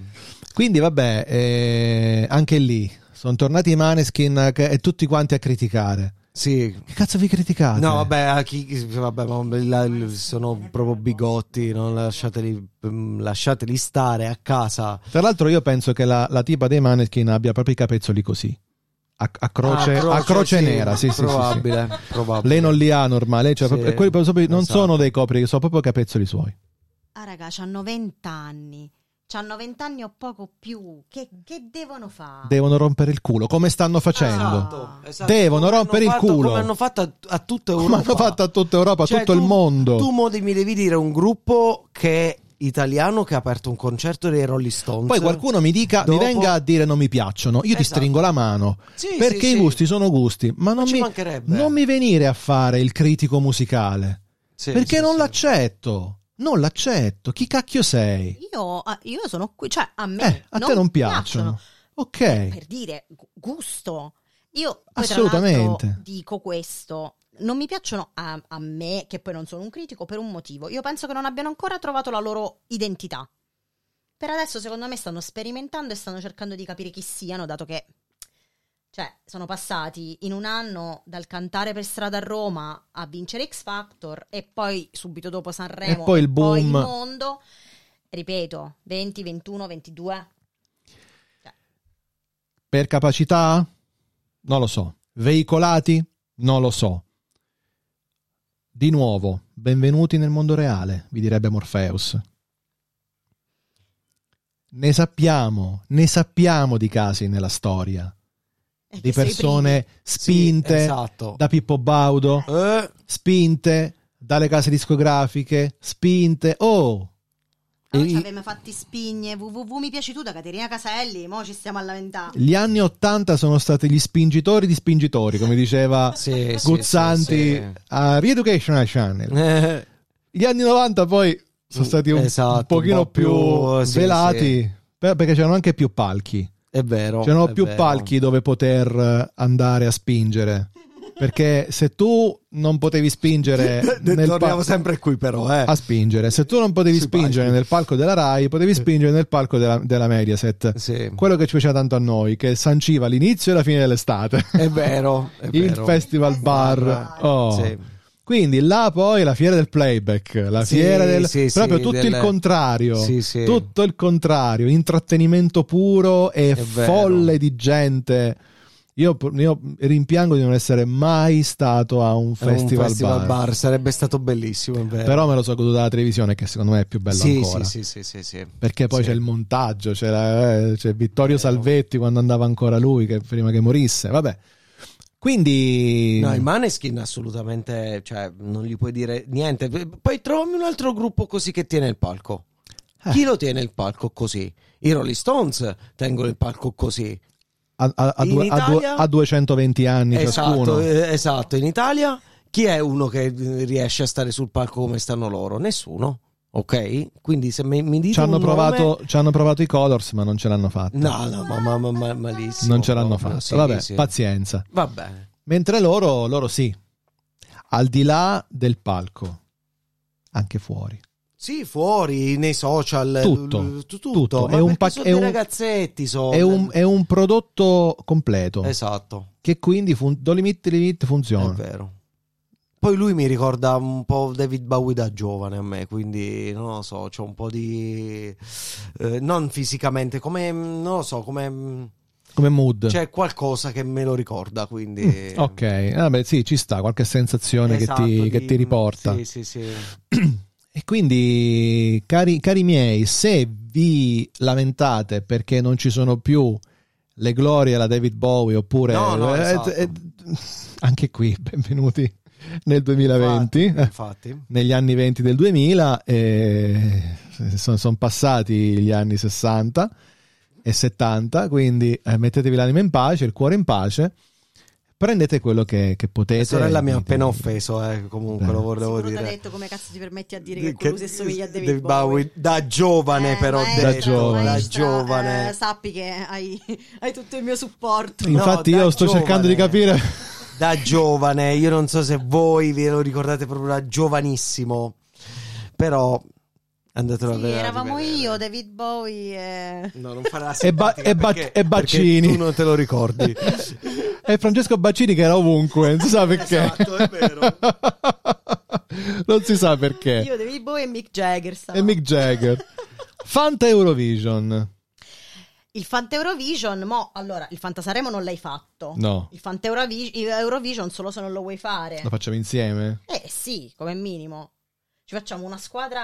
Speaker 1: Quindi vabbè, eh, anche lì sono tornati i Maneskin eh, che- e tutti quanti a criticare.
Speaker 3: Sì.
Speaker 1: Che cazzo vi criticate?
Speaker 3: No, vabbè, a chi- chi- vabbè, ma la- sono proprio bigotti, non lasciateli, mm, lasciateli stare a casa.
Speaker 1: Tra l'altro, io penso che la, la tipa dei Maneskin abbia proprio i capezzoli così. A, a croce,
Speaker 3: Ah,
Speaker 1: a croce
Speaker 3: sì,
Speaker 1: nera, sì, sì, sì, sì.
Speaker 3: probabile, probabile.
Speaker 1: Lei non li ha normale, lei c'ha
Speaker 3: Sì,
Speaker 1: proprio- quelli proprio- non
Speaker 3: esatto.
Speaker 1: sono dei copri, sono proprio capezzoli suoi.
Speaker 2: Ah, raga, hanno 20 anni. Hanno 20 anni o poco più. Che, che devono
Speaker 3: Ah.
Speaker 2: fare?
Speaker 1: Devono rompere il culo, come stanno facendo.
Speaker 2: Ah.
Speaker 1: Devono
Speaker 3: Esatto, Come hanno
Speaker 1: rompere il
Speaker 3: fatto-
Speaker 1: culo.
Speaker 3: Come hanno fatto a, a tutta Europa.
Speaker 1: Come hanno fatto a tutta Europa, a
Speaker 3: Cioè,
Speaker 1: tutto il
Speaker 3: tu-
Speaker 1: mondo.
Speaker 3: Tu mo mi devi dire un gruppo che è italiano che ha aperto un concerto dei Rolling Stones.
Speaker 1: Poi qualcuno mi dica,
Speaker 3: Dopo-
Speaker 1: mi venga a dire non mi piacciono, io ti
Speaker 3: Esatto.
Speaker 1: stringo la mano.
Speaker 3: Sì,
Speaker 1: perché
Speaker 3: sì,
Speaker 1: i
Speaker 3: sì.
Speaker 1: gusti sono gusti, ma non,
Speaker 3: ci
Speaker 1: mi,
Speaker 3: mancherebbe.
Speaker 1: non mi venire a fare il critico musicale.
Speaker 3: Sì,
Speaker 1: perché
Speaker 3: sì,
Speaker 1: non
Speaker 3: sì.
Speaker 1: l'accetto. Non l'accetto. Chi cacchio sei?
Speaker 2: Io, ah, io sono qui, cioè a me.
Speaker 1: Eh, a te non piacciono. Ok.
Speaker 2: Per, per dire gu- gusto. Io poi, tra
Speaker 1: Assolutamente.
Speaker 2: l'altro, dico questo. Non mi piacciono a, a me, che poi non sono un critico, per un motivo. Io penso che non abbiano ancora trovato la loro identità. Per adesso, secondo me, stanno sperimentando e stanno cercando di capire chi siano, dato che cioè, sono passati in un anno dal cantare per strada a Roma a vincere X Factor e poi subito dopo Sanremo
Speaker 1: E poi il
Speaker 2: il
Speaker 1: boom.
Speaker 2: mondo. Ripeto, 20, 21, 22.
Speaker 1: Per capacità? Non lo so. Veicolati? Non lo so. Di nuovo, benvenuti nel mondo reale, vi direbbe Morpheus. Ne sappiamo, ne sappiamo di casi nella storia,
Speaker 2: eh,
Speaker 1: di
Speaker 2: che sei
Speaker 1: persone
Speaker 3: Sì,
Speaker 1: spinte
Speaker 3: esatto.
Speaker 1: da Pippo Baudo,
Speaker 3: Eh,
Speaker 1: spinte dalle case discografiche, spinte... Oh,
Speaker 2: primo. Noi
Speaker 1: E-
Speaker 2: ci avevamo fatti spigne www mi piaci tu da Caterina Caselli, mo ci stiamo a lamentare.
Speaker 1: gli anni 80 sono stati gli spingitori di spingitori, come diceva
Speaker 3: sì, sì,
Speaker 1: Guzzanti
Speaker 3: sì,
Speaker 1: a Reeducational
Speaker 3: sì.
Speaker 1: Channel.
Speaker 3: Eh,
Speaker 1: Gli anni 90 poi sono stati un,
Speaker 3: Esatto,
Speaker 1: un pochino
Speaker 3: un po'
Speaker 1: più,
Speaker 3: più- sì,
Speaker 1: velati,
Speaker 3: sì.
Speaker 1: per- perché c'erano anche più palchi.
Speaker 3: È vero.
Speaker 1: C'erano
Speaker 3: è
Speaker 1: più
Speaker 3: vero.
Speaker 1: palchi dove poter eh, andare a spingere. Perché se tu non potevi spingere nel
Speaker 3: Torniamo
Speaker 1: pa-
Speaker 3: sempre qui però, eh.
Speaker 1: a spingere, se tu non potevi
Speaker 3: Sui
Speaker 1: spingere
Speaker 3: palchi.
Speaker 1: nel palco della Rai, potevi spingere nel palco della, della Mediaset.
Speaker 3: Sì.
Speaker 1: Quello che ci piaceva tanto a noi, che sanciva l'inizio e la fine dell'estate.
Speaker 3: È vero, è
Speaker 1: Il
Speaker 3: vero.
Speaker 1: festival bar.
Speaker 2: Bar.
Speaker 1: Oh.
Speaker 3: Sì.
Speaker 1: Quindi là poi la fiera del playback, la
Speaker 3: Sì,
Speaker 1: fiera del...
Speaker 3: sì, sì,
Speaker 1: proprio tutto il
Speaker 3: del-
Speaker 1: contrario.
Speaker 3: Sì, sì.
Speaker 1: Tutto il contrario, intrattenimento puro e
Speaker 3: È vero.
Speaker 1: folle di gente. Io, io rimpiango di non essere mai stato a un
Speaker 3: È un
Speaker 1: festival, bar.
Speaker 3: sarebbe stato bellissimo, è vero.
Speaker 1: Però me lo so goduto dalla televisione, che secondo me è più bello
Speaker 3: sì,
Speaker 1: ancora.
Speaker 3: Sì, sì, sì, sì, sì.
Speaker 1: Perché poi
Speaker 3: Sì.
Speaker 1: c'è il montaggio, c'è, la- eh, c'è Vittorio
Speaker 3: Vero.
Speaker 1: Salvetti quando andava ancora lui, che- prima che morisse. Vabbè. Quindi...
Speaker 3: No, i Maneskin assolutamente, cioè, non gli puoi dire niente. Poi trovami un altro gruppo così che tiene il palco.
Speaker 1: Eh.
Speaker 3: Chi lo tiene il palco così? I Rolling Stones tengono il palco così.
Speaker 1: a, a- a
Speaker 3: In
Speaker 1: due- a due-
Speaker 3: Italia-
Speaker 1: a 220 anni
Speaker 3: Esatto,
Speaker 1: ciascuno.
Speaker 3: eh, esatto. In Italia chi è uno che eh, riesce a stare sul palco come stanno loro? Nessuno. Ok? Quindi se mi, mi dite
Speaker 1: Ci hanno,
Speaker 3: un nome-
Speaker 1: provato, ci hanno provato i Colors, ma non ce l'hanno fatta.
Speaker 3: No, no, ma, ma- ma- ma- malissimo.
Speaker 1: non ce l'hanno
Speaker 3: proprio,
Speaker 1: fatta.
Speaker 3: sì,
Speaker 1: Vabbè,
Speaker 3: sì.
Speaker 1: pazienza.
Speaker 3: Va bene.
Speaker 1: Mentre loro, loro sì, al di là del palco, anche fuori.
Speaker 3: Sì, fuori, nei social,
Speaker 1: Tutto,
Speaker 3: l- tutto.
Speaker 1: tutto.
Speaker 3: Ma
Speaker 1: È un
Speaker 3: perché
Speaker 1: pac-
Speaker 3: sono
Speaker 1: è
Speaker 3: dei
Speaker 1: un-
Speaker 3: ragazzetti, sono. eh.
Speaker 1: È un, è un prodotto completo
Speaker 3: Esatto,
Speaker 1: che quindi fun- do limit limit
Speaker 3: è
Speaker 1: funziona.
Speaker 3: vero. Poi lui mi ricorda un po' David Bowie da giovane a me, quindi non lo so, c'è un po' di... eh, non fisicamente, come... mm, non lo so, come... mm,
Speaker 1: Come mood.
Speaker 3: C'è qualcosa che me lo ricorda, quindi...
Speaker 1: Mm, ok, vabbè, sì, ci sta qualche sensazione che
Speaker 3: Esatto,
Speaker 1: ti- che, ti,
Speaker 3: di-
Speaker 1: riporta.
Speaker 3: Sì, sì, sì.
Speaker 1: E quindi, cari, cari miei, se vi lamentate perché non ci sono più le glorie alla David Bowie oppure...
Speaker 3: No, no,
Speaker 1: eh,
Speaker 3: esatto.
Speaker 1: eh, anche qui, benvenuti nel 2020,
Speaker 3: Infatti,
Speaker 1: eh,
Speaker 3: infatti.
Speaker 1: negli anni 20 del 2000, sono passati gli anni 60 e 70, quindi eh, mettetevi l'anima in pace, il cuore in pace, prendete quello che, che potete.
Speaker 3: Mia sorella mi ha
Speaker 1: e-
Speaker 3: appena offeso, eh, comunque
Speaker 1: Beh.
Speaker 3: lo
Speaker 2: Sicuro
Speaker 3: volevo
Speaker 2: t'ha
Speaker 3: dire.
Speaker 2: detto come cazzo ti permetti a dire che, quello si somiglia a David,
Speaker 3: David
Speaker 2: Bowie.
Speaker 3: Da giovane
Speaker 2: Eh,
Speaker 3: però,
Speaker 2: maestra,
Speaker 1: da giovane.
Speaker 3: da
Speaker 2: maestra,
Speaker 3: giovane.
Speaker 2: eh, sappi che hai, hai tutto il mio supporto.
Speaker 1: Infatti
Speaker 3: No, da
Speaker 1: io sto cercando di
Speaker 3: giovane.
Speaker 1: capire...
Speaker 3: da giovane, io non so se voi ve lo ricordate proprio da giovanissimo, però andatelo a
Speaker 2: Sì,
Speaker 3: vedere.
Speaker 2: eravamo io, David Bowie e...
Speaker 3: No, non farà
Speaker 1: E ba-
Speaker 3: simpatica
Speaker 1: e ba-
Speaker 3: perché-
Speaker 1: e Baccini.
Speaker 3: perché tu non te lo ricordi.
Speaker 1: E Francesco Baccini che era ovunque, non si sa perché.
Speaker 3: Esatto, è vero.
Speaker 1: non si sa perché.
Speaker 2: Io, David Bowie e Mick Jagger.
Speaker 1: E
Speaker 2: stavamo.
Speaker 1: Mick Jagger. Fanta Eurovision.
Speaker 2: Il Fanta Eurovision, mo, allora, il Fanta Sanremo non l'hai fatto.
Speaker 1: No.
Speaker 2: Il Fanta Eurovi- il Eurovision solo se non lo vuoi fare.
Speaker 1: Lo facciamo insieme?
Speaker 2: Eh sì, come minimo. Ci facciamo una squadra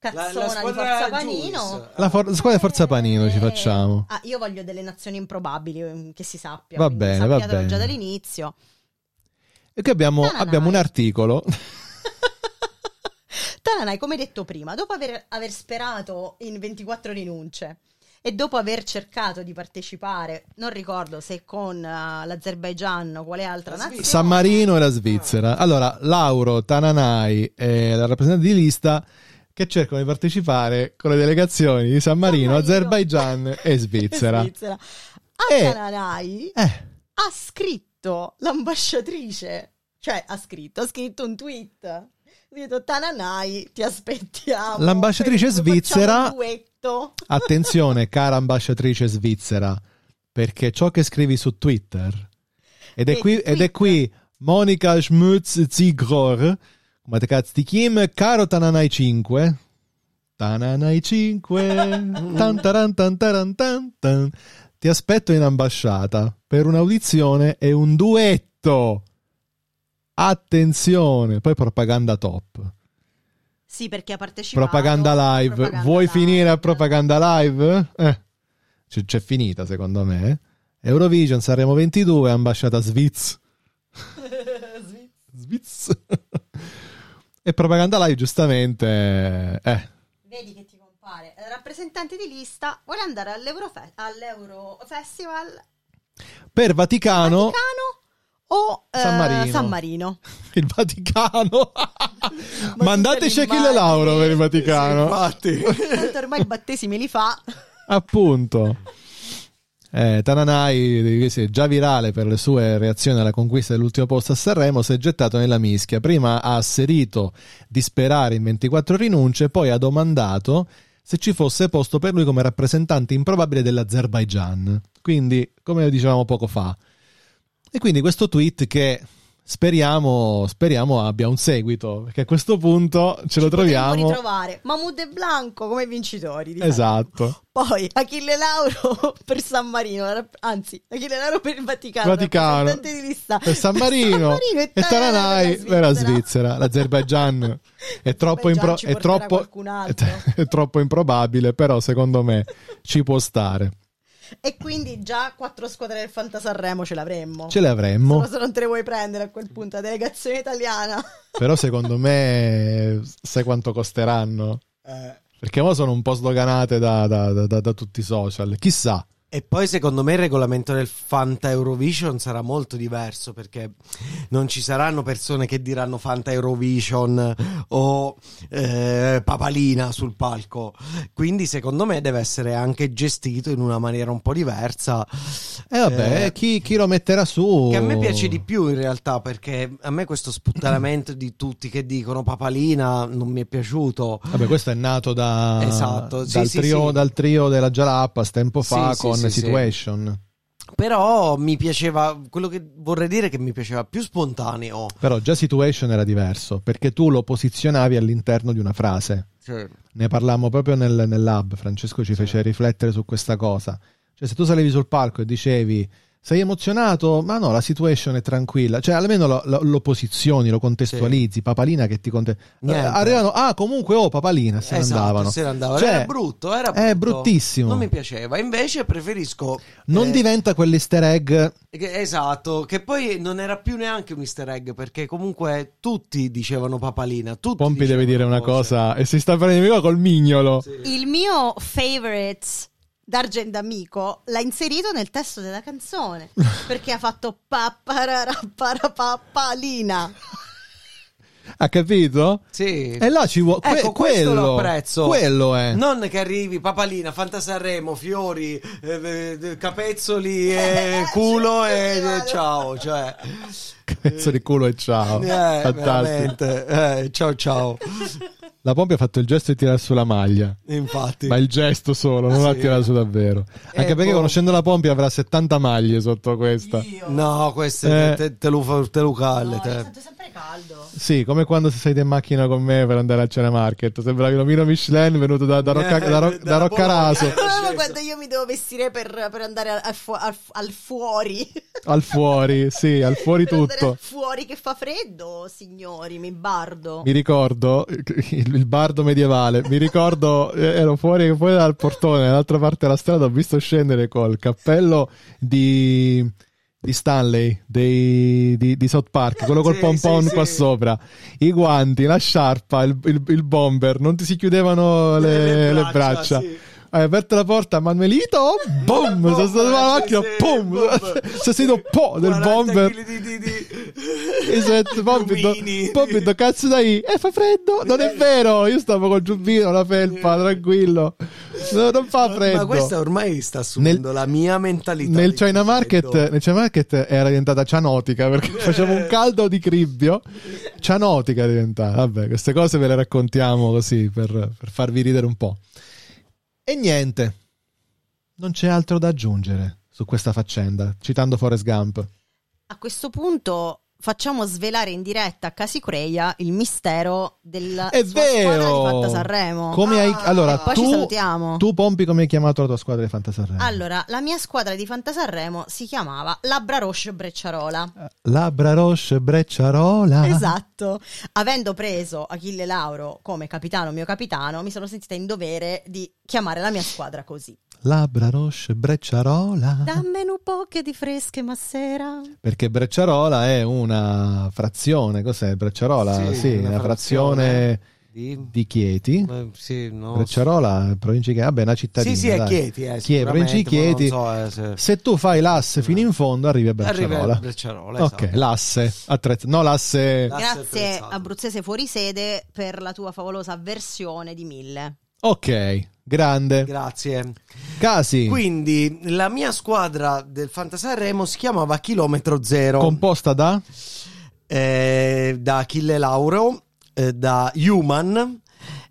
Speaker 3: La- la
Speaker 2: cazzona
Speaker 3: squadra
Speaker 2: di Forza
Speaker 3: Jules.
Speaker 2: Panino.
Speaker 1: La for- squadra di Forza Panino ci facciamo.
Speaker 2: Ah, io voglio delle nazioni improbabili, ehm, che si sappia.
Speaker 1: Va
Speaker 2: quindi
Speaker 1: bene, va
Speaker 2: sappiatelo
Speaker 1: bene.
Speaker 2: già dall'inizio.
Speaker 1: E qui abbiamo,
Speaker 2: Tananai.
Speaker 1: abbiamo un articolo.
Speaker 2: Tananai, come detto prima, dopo aver, aver sperato in 24 rinunce e dopo aver cercato di partecipare, non ricordo se con eh, l'Azerbaigian o quale altra
Speaker 3: La Svizzera.
Speaker 2: nazione.
Speaker 1: San Marino e la Svizzera. Allora, Lauro, Tananai e la rappresentante di lista che cercano di partecipare con le delegazioni di San Marino, Azerbaigian e Svizzera.
Speaker 2: A
Speaker 1: Eh.
Speaker 2: Ah, Tananai
Speaker 1: Eh,
Speaker 2: ha scritto l'ambasciatrice, cioè ha scritto, ha scritto un tweet. Quindi ha detto, Tananai, ti aspettiamo.
Speaker 1: L'ambasciatrice
Speaker 2: Facciamo
Speaker 1: svizzera-
Speaker 2: un duetto.
Speaker 1: attenzione, cara ambasciatrice svizzera, perché ciò che scrivi su Twitter, ed è
Speaker 2: E
Speaker 1: qui, ed è
Speaker 2: Twitter.
Speaker 1: qui Monica Schmutz-Zigror, come te cazzo ti chiami, caro Tananai 5, Tananai 5, tan taran tan taran tan tan. ti aspetto in ambasciata per un'audizione e un duetto. Attenzione, poi propaganda top.
Speaker 2: Sì, perché ha partecipato.
Speaker 1: Propaganda live.
Speaker 2: Propaganda
Speaker 1: Vuoi
Speaker 2: live.
Speaker 1: finire a propaganda live? Eh. C'è, c'è finita, secondo me. eh. Eurovision saremo 22, ambasciata Sviz.
Speaker 2: Sì.
Speaker 1: Sviz. e propaganda live, giustamente. Eh.
Speaker 2: Vedi che ti compare. Rappresentante di lista vuole andare all'Eurofe- all'Eurofestival
Speaker 1: Per Vaticano,
Speaker 2: Vaticano o eh,
Speaker 1: San Marino.
Speaker 2: San Marino.
Speaker 1: il Vaticano.
Speaker 2: Ma
Speaker 1: Mandate
Speaker 2: tutte le
Speaker 1: Shaquille Lauro per il Vaticano.
Speaker 3: Infatti.
Speaker 2: Tanto ormai i battesimi li fa.
Speaker 1: Appunto. Eh, Tananai, eh, sì, già virale per le sue reazioni alla conquista dell'ultimo posto a Sanremo, si è gettato nella mischia. Prima ha asserito di sperare in 24 rinunce, poi ha domandato se ci fosse posto per lui come rappresentante improbabile dell'Azerbaigian. Quindi, come dicevamo poco fa. E quindi questo tweet che Speriamo, speriamo abbia un seguito, perché a questo punto ce lo
Speaker 2: Potremmo
Speaker 1: troviamo.
Speaker 2: ritrovare Mahmood e Blanco come vincitori. diciamo. di
Speaker 1: Esatto.
Speaker 2: Poi Achille Lauro per San Marino, rap- anzi Achille Lauro per il Vaticano,
Speaker 1: Vaticano.
Speaker 2: rappresentante di lista.
Speaker 1: Per San Marino e Taranai per la Svizzera. L'Azerbaigian è troppo,
Speaker 2: Azerbaigian
Speaker 1: impro-
Speaker 2: ci
Speaker 1: è,
Speaker 2: porterà
Speaker 1: troppo-
Speaker 2: qualcun altro.
Speaker 1: è troppo improbabile, però secondo me ci può stare.
Speaker 2: E quindi già quattro squadre del Fantasarremo ce l'avremmo.
Speaker 1: Ce le avremmo.
Speaker 2: Solo se non te le vuoi prendere a quel punto, la delegazione italiana.
Speaker 1: Però secondo me sai quanto costeranno?
Speaker 3: Eh,
Speaker 1: Perché ora sono un po' sloganate da, da- da- da- da tutti i social. Chissà.
Speaker 3: E poi secondo me il regolamento del Fanta Eurovision sarà molto diverso perché non ci saranno persone che diranno Fanta Eurovision o eh, papalina sul palco. Quindi secondo me deve essere anche gestito in una maniera un po' diversa.
Speaker 1: E vabbè,
Speaker 3: Eh,
Speaker 1: chi, chi lo metterà su?
Speaker 3: Che a me piace di più in realtà perché a me questo sputtanamento di tutti che dicono papalina non mi è piaciuto.
Speaker 1: Vabbè, questo è nato da,
Speaker 3: Esatto, sì,
Speaker 1: dal,
Speaker 3: sì,
Speaker 1: trio,
Speaker 3: sì.
Speaker 1: dal trio della Jalapas tempo fa
Speaker 3: Sì, sì,
Speaker 1: con
Speaker 3: sì, sì.
Speaker 1: Situation.
Speaker 3: Però mi piaceva, quello che vorrei dire è che mi piaceva più spontaneo.
Speaker 1: Però già Situation era diverso, perché tu lo posizionavi all'interno di una frase. Ne parlammo proprio nel, nel lab, Francesco ci fece riflettere su questa cosa. Cioè, se tu salivi sul palco e dicevi sei emozionato, ma no, la situation è tranquilla. Cioè, almeno lo, lo- lo posizioni, lo contestualizzi. Papalina che ti conte- eh,
Speaker 3: Niente.
Speaker 1: Arrivano, ah, comunque, oh, Papalina, se ne
Speaker 3: Esatto,
Speaker 1: andavano.
Speaker 3: se ne andavano.
Speaker 1: Cioè,
Speaker 3: era brutto, era brutto.
Speaker 1: è bruttissimo.
Speaker 3: Non mi piaceva. Invece preferisco.
Speaker 1: Non
Speaker 3: eh,
Speaker 1: diventa quell'easter egg
Speaker 3: che- Esatto, che poi non era più neanche un easter egg perché comunque tutti dicevano papalina. Tutti
Speaker 1: Pompi deve
Speaker 3: dicevano
Speaker 1: dire una
Speaker 3: cose.
Speaker 1: cosa e si sta prendendo in giro col mignolo.
Speaker 2: Il mio favorite d'Argent Amico l'ha inserito nel testo della canzone perché ha fatto papparapparapapalina.
Speaker 1: Ha capito?
Speaker 3: Sì.
Speaker 1: E là ci vuole
Speaker 3: Ecco, questo
Speaker 1: quello,
Speaker 3: lo apprezzo.
Speaker 1: quello è.
Speaker 3: Non che arrivi papalina, Fantasarremo, fiori, eh, eh, capezzoli, eh, culo
Speaker 1: Cioè,
Speaker 3: e eh, ciao. Cioè,
Speaker 1: Pezzo di culo e ciao.
Speaker 3: eh,
Speaker 1: Fantastico.
Speaker 3: veramente. Eh, ciao, ciao.
Speaker 1: La Pompi ha fatto il gesto di tirare su la maglia.
Speaker 3: Infatti.
Speaker 1: Ma il gesto solo, non
Speaker 3: Ah, Sì.
Speaker 1: l'ha tirata su davvero. Anche
Speaker 3: Eh,
Speaker 1: perché
Speaker 3: boh.
Speaker 1: conoscendo la Pompi avrà 70 maglie sotto questa.
Speaker 3: No, questo è-
Speaker 1: Eh.
Speaker 3: te, te lo, fa- te lo calle.
Speaker 2: No,
Speaker 3: te.
Speaker 2: io sento sempre caldo.
Speaker 1: Sì, come quando sei in macchina con me per andare al cena market. Sembra l'omino Michelin venuto da, da, Rocca- da Ro-
Speaker 3: Eh,
Speaker 1: da Roccaraso
Speaker 3: Bologna.
Speaker 2: Ah, quando io mi devo vestire per, per andare al, al fu- al fu- al fuori.
Speaker 1: al fuori, sì, al fuori
Speaker 2: Per andare
Speaker 1: tutto.
Speaker 2: al fuori che fa freddo, signori, mi
Speaker 3: Oh.
Speaker 2: bardo.
Speaker 1: Mi ricordo il, il bardo medievale, mi ricordo eh, ero fuori, fuori dal portone, dall'altra parte della strada, ho visto scendere col cappello di, di Stanley dei, di, di South Park, quello col
Speaker 3: Sì,
Speaker 1: pompon
Speaker 3: sì, sì.
Speaker 1: qua sopra, i guanti, la sciarpa, il, il- il bomber, non ti si chiudevano le, le braccia.
Speaker 3: sì.
Speaker 1: Hai aperto la porta, Manuelito, boom,
Speaker 3: Boom,
Speaker 1: sono stato alla
Speaker 3: sì,
Speaker 1: macchina,
Speaker 3: sì,
Speaker 1: boom,
Speaker 3: boom.
Speaker 1: sono sentito po del
Speaker 3: 40
Speaker 1: bomber.
Speaker 3: chili Di, di, di...
Speaker 1: Esatto, Bobby, do,
Speaker 3: Lumini.
Speaker 1: Bobby, do cazzo dai, eh fa freddo, non è vero, io stavo col giubbino, la
Speaker 3: Eh.
Speaker 1: felpa, tranquillo, No, non fa freddo.
Speaker 3: Ma questa ormai sta assumendo
Speaker 1: Nel-
Speaker 3: la mia mentalità.
Speaker 1: Nel
Speaker 3: di
Speaker 1: China, market, eh,
Speaker 3: freddo. Eh.
Speaker 1: nel China Market era diventata cianotica perché faceva un caldo di cribbio. Cianotica è diventata. Vabbè, queste cose ve le raccontiamo così per, per farvi ridere un po'. E niente, non c'è altro da aggiungere su questa faccenda, citando Forrest Gump.
Speaker 2: A questo punto facciamo svelare in diretta a Casicreia il mistero della
Speaker 1: È
Speaker 2: Ah, sua squadra
Speaker 1: vero!
Speaker 2: di Fatta Sanremo.
Speaker 1: Come hai,
Speaker 3: Ah,
Speaker 1: allora,
Speaker 2: e poi
Speaker 1: tu,
Speaker 2: ci salutiamo.
Speaker 1: tu, Pompi, come hai chiamato la tua squadra di Fantasarremo?
Speaker 2: Allora, la mia squadra di Fantasarremo si chiamava Labra Roche Brecciarola.
Speaker 1: Labra Roche
Speaker 3: Ah.
Speaker 1: Brecciarola.
Speaker 2: Esatto. Avendo preso Achille Lauro come capitano mio capitano, mi sono sentita in dovere di chiamare la mia squadra così.
Speaker 1: Labra Roche
Speaker 3: Ah.
Speaker 1: Brecciarola.
Speaker 2: Dammene un po' che di fresche ma sera.
Speaker 1: Perché Brecciarola è una frazione, cos'è Brecciarola? Sì,
Speaker 3: Sì,
Speaker 1: una,
Speaker 3: una
Speaker 1: frazione,
Speaker 3: Di-
Speaker 1: di Chieti.
Speaker 3: Ma sì, no.
Speaker 1: Brecciarola, provincia di Chieti, vabbè, è una cittadina.
Speaker 3: Sì, sì, è
Speaker 1: dai.
Speaker 3: Chieti. Eh,
Speaker 1: Chieti, provincia di
Speaker 3: sicuramente,
Speaker 1: Chieti.
Speaker 3: ma non so, eh, se-
Speaker 1: Se tu fai l'asse fino in fondo, arrivi a
Speaker 3: Arriva
Speaker 1: Brecciarola.
Speaker 3: a Brecciarola.
Speaker 1: Ok,
Speaker 3: esatto.
Speaker 1: l'asse, attrezza. No, l'asse.
Speaker 3: La-
Speaker 2: Grazie
Speaker 3: apprezzato.
Speaker 2: Abruzzese fuori sede per la tua favolosa versione di mille.
Speaker 1: Ok, grande.
Speaker 3: Grazie.
Speaker 1: Casi.
Speaker 3: Quindi la mia squadra del Fantasarremo si chiamava Chilometro Zero.
Speaker 1: Composta da?
Speaker 3: eh, da Achille Lauro, eh, da Human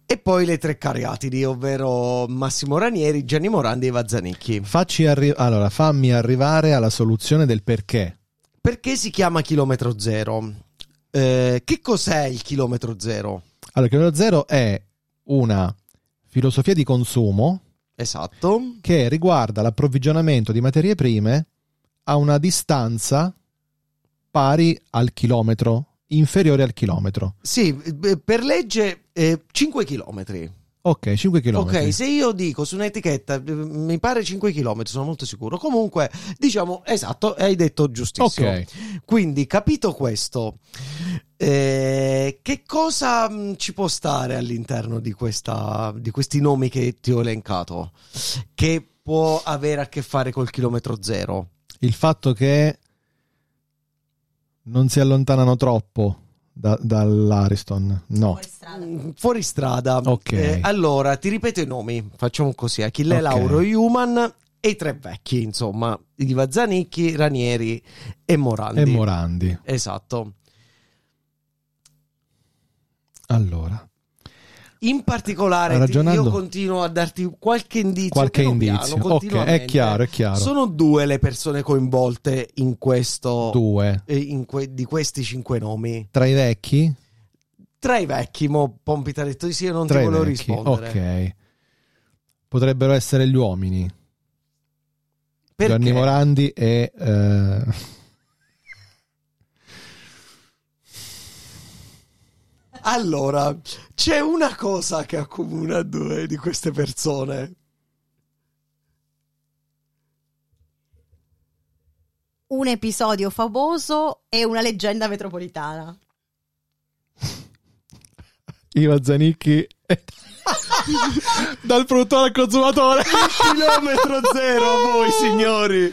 Speaker 3: e poi le tre cariatidi, ovvero Massimo Ranieri, Gianni Morandi e Vazzanicchi.
Speaker 1: Facci arri- allora, fammi arrivare alla soluzione del perché.
Speaker 3: Perché si chiama chilometro zero? Eh, che cos'è il chilometro zero?
Speaker 1: Allora, il chilometro zero è una filosofia di consumo
Speaker 3: Esatto.
Speaker 1: che riguarda l'approvvigionamento di materie prime a una distanza pari al chilometro, inferiore al chilometro.
Speaker 3: Sì, beh, per legge eh, 5 chilometri.
Speaker 1: Ok, 5 chilometri.
Speaker 3: Ok, se io dico su un'etichetta, eh, mi pare 5 chilometri, sono molto sicuro. Comunque, diciamo, esatto, hai detto giustissimo.
Speaker 1: Ok.
Speaker 3: Quindi, capito questo, eh, che cosa mh, ci può stare all'interno di, questa, di questi nomi che ti ho elencato? Che può avere a che fare col chilometro zero?
Speaker 1: il fatto che non si allontanano troppo da- dall'Ariston. No,
Speaker 2: Fuori strada.
Speaker 3: Mm, Fuori strada. Eh,
Speaker 1: Ok.
Speaker 3: allora, ti ripeto i nomi. Facciamo così: eh. Achille
Speaker 1: Ok.
Speaker 3: Lauro, Human e i tre vecchi, insomma, Iva Zanicchi, Ranieri e Morandi.
Speaker 1: e Morandi.
Speaker 3: Esatto.
Speaker 1: Allora,
Speaker 3: In particolare, ti-
Speaker 1: Ragionando-
Speaker 3: io continuo a darti qualche indizio.
Speaker 1: qualche
Speaker 3: piano piano,
Speaker 1: indizio. ok,
Speaker 3: continuamente.
Speaker 1: è chiaro, è chiaro.
Speaker 3: Sono due le persone coinvolte in questo.
Speaker 1: Due.
Speaker 3: eh, in que- di questi cinque nomi.
Speaker 1: Tra i vecchi,
Speaker 3: Tra i vecchi, mo Pompi ti ha detto di sì e non
Speaker 1: tre
Speaker 3: ti volevo
Speaker 1: vecchi.
Speaker 3: rispondere.
Speaker 1: Ok. Potrebbero essere gli uomini,
Speaker 3: Perché?
Speaker 1: Gianni Morandi e... eh,
Speaker 3: Allora, c'è una cosa che accomuna due di queste persone.
Speaker 2: Un episodio famoso e una leggenda metropolitana.
Speaker 1: Iva Zanicchi e- dal produttore al consumatore.
Speaker 3: Chilometro zero, voi signori.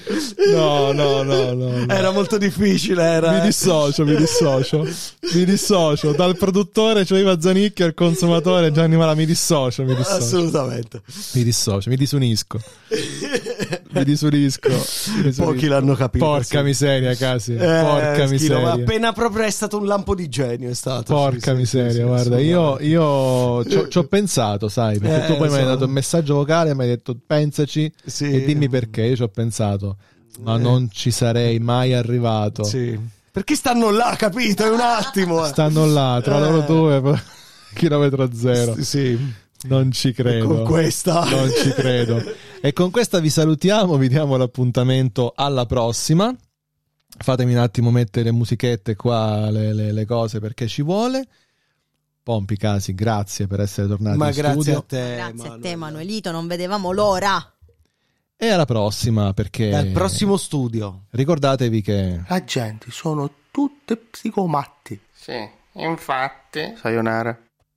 Speaker 1: No, no, no, no, no.
Speaker 3: Era molto difficile, era.
Speaker 1: Mi
Speaker 3: eh.
Speaker 1: dissocio, mi dissocio. Mi dissocio dal produttore, cioè Iva Zanicchi, al consumatore Gianni Mala. Mi dissocio, mi dissocio.
Speaker 3: Assolutamente.
Speaker 1: Mi dissocio, mi disunisco. Mi disunisco. mi disunisco.
Speaker 3: Pochi l'hanno capito.
Speaker 1: Porca
Speaker 3: sì.
Speaker 1: miseria, Casi.
Speaker 3: Eh,
Speaker 1: Porca
Speaker 3: Schino, ma
Speaker 1: miseria.
Speaker 3: Appena proprio è stato un lampo di genio, è stato. Sì, sì,
Speaker 1: Porca
Speaker 3: sì,
Speaker 1: miseria,
Speaker 3: sì,
Speaker 1: guarda, io,
Speaker 3: assolutamente.
Speaker 1: io ci ho- ci ho pensato, sai, perché
Speaker 3: Eh,
Speaker 1: tu poi mi hai
Speaker 3: so.
Speaker 1: dato un messaggio vocale e mi hai detto pensaci
Speaker 3: Sì.
Speaker 1: e dimmi perché, io ci ho pensato, ma
Speaker 3: Eh.
Speaker 1: non ci sarei mai arrivato.
Speaker 3: Sì. Perché stanno là, capito? È un attimo. eh.
Speaker 1: Stanno là, tra loro
Speaker 3: Eh.
Speaker 1: due, chilometro zero.
Speaker 3: Sì, sì.
Speaker 1: Non ci credo.
Speaker 3: Con questa.
Speaker 1: Non ci credo. E con questa vi salutiamo, vi diamo l'appuntamento alla prossima. Fatemi un attimo mettere le musichette qua, le, le- le cose perché ci vuole. Pompi Casi, grazie per essere tornati
Speaker 3: Ma
Speaker 1: in
Speaker 3: grazie
Speaker 1: studio.
Speaker 3: a te.
Speaker 2: Grazie a te,
Speaker 3: Manuel.
Speaker 2: Manuelito. Non vedevamo l'ora.
Speaker 1: E alla prossima perché
Speaker 3: Dal prossimo studio.
Speaker 1: ricordatevi che
Speaker 5: La gente sono tutte psicomatti.
Speaker 6: Sì, infatti. Sayonara.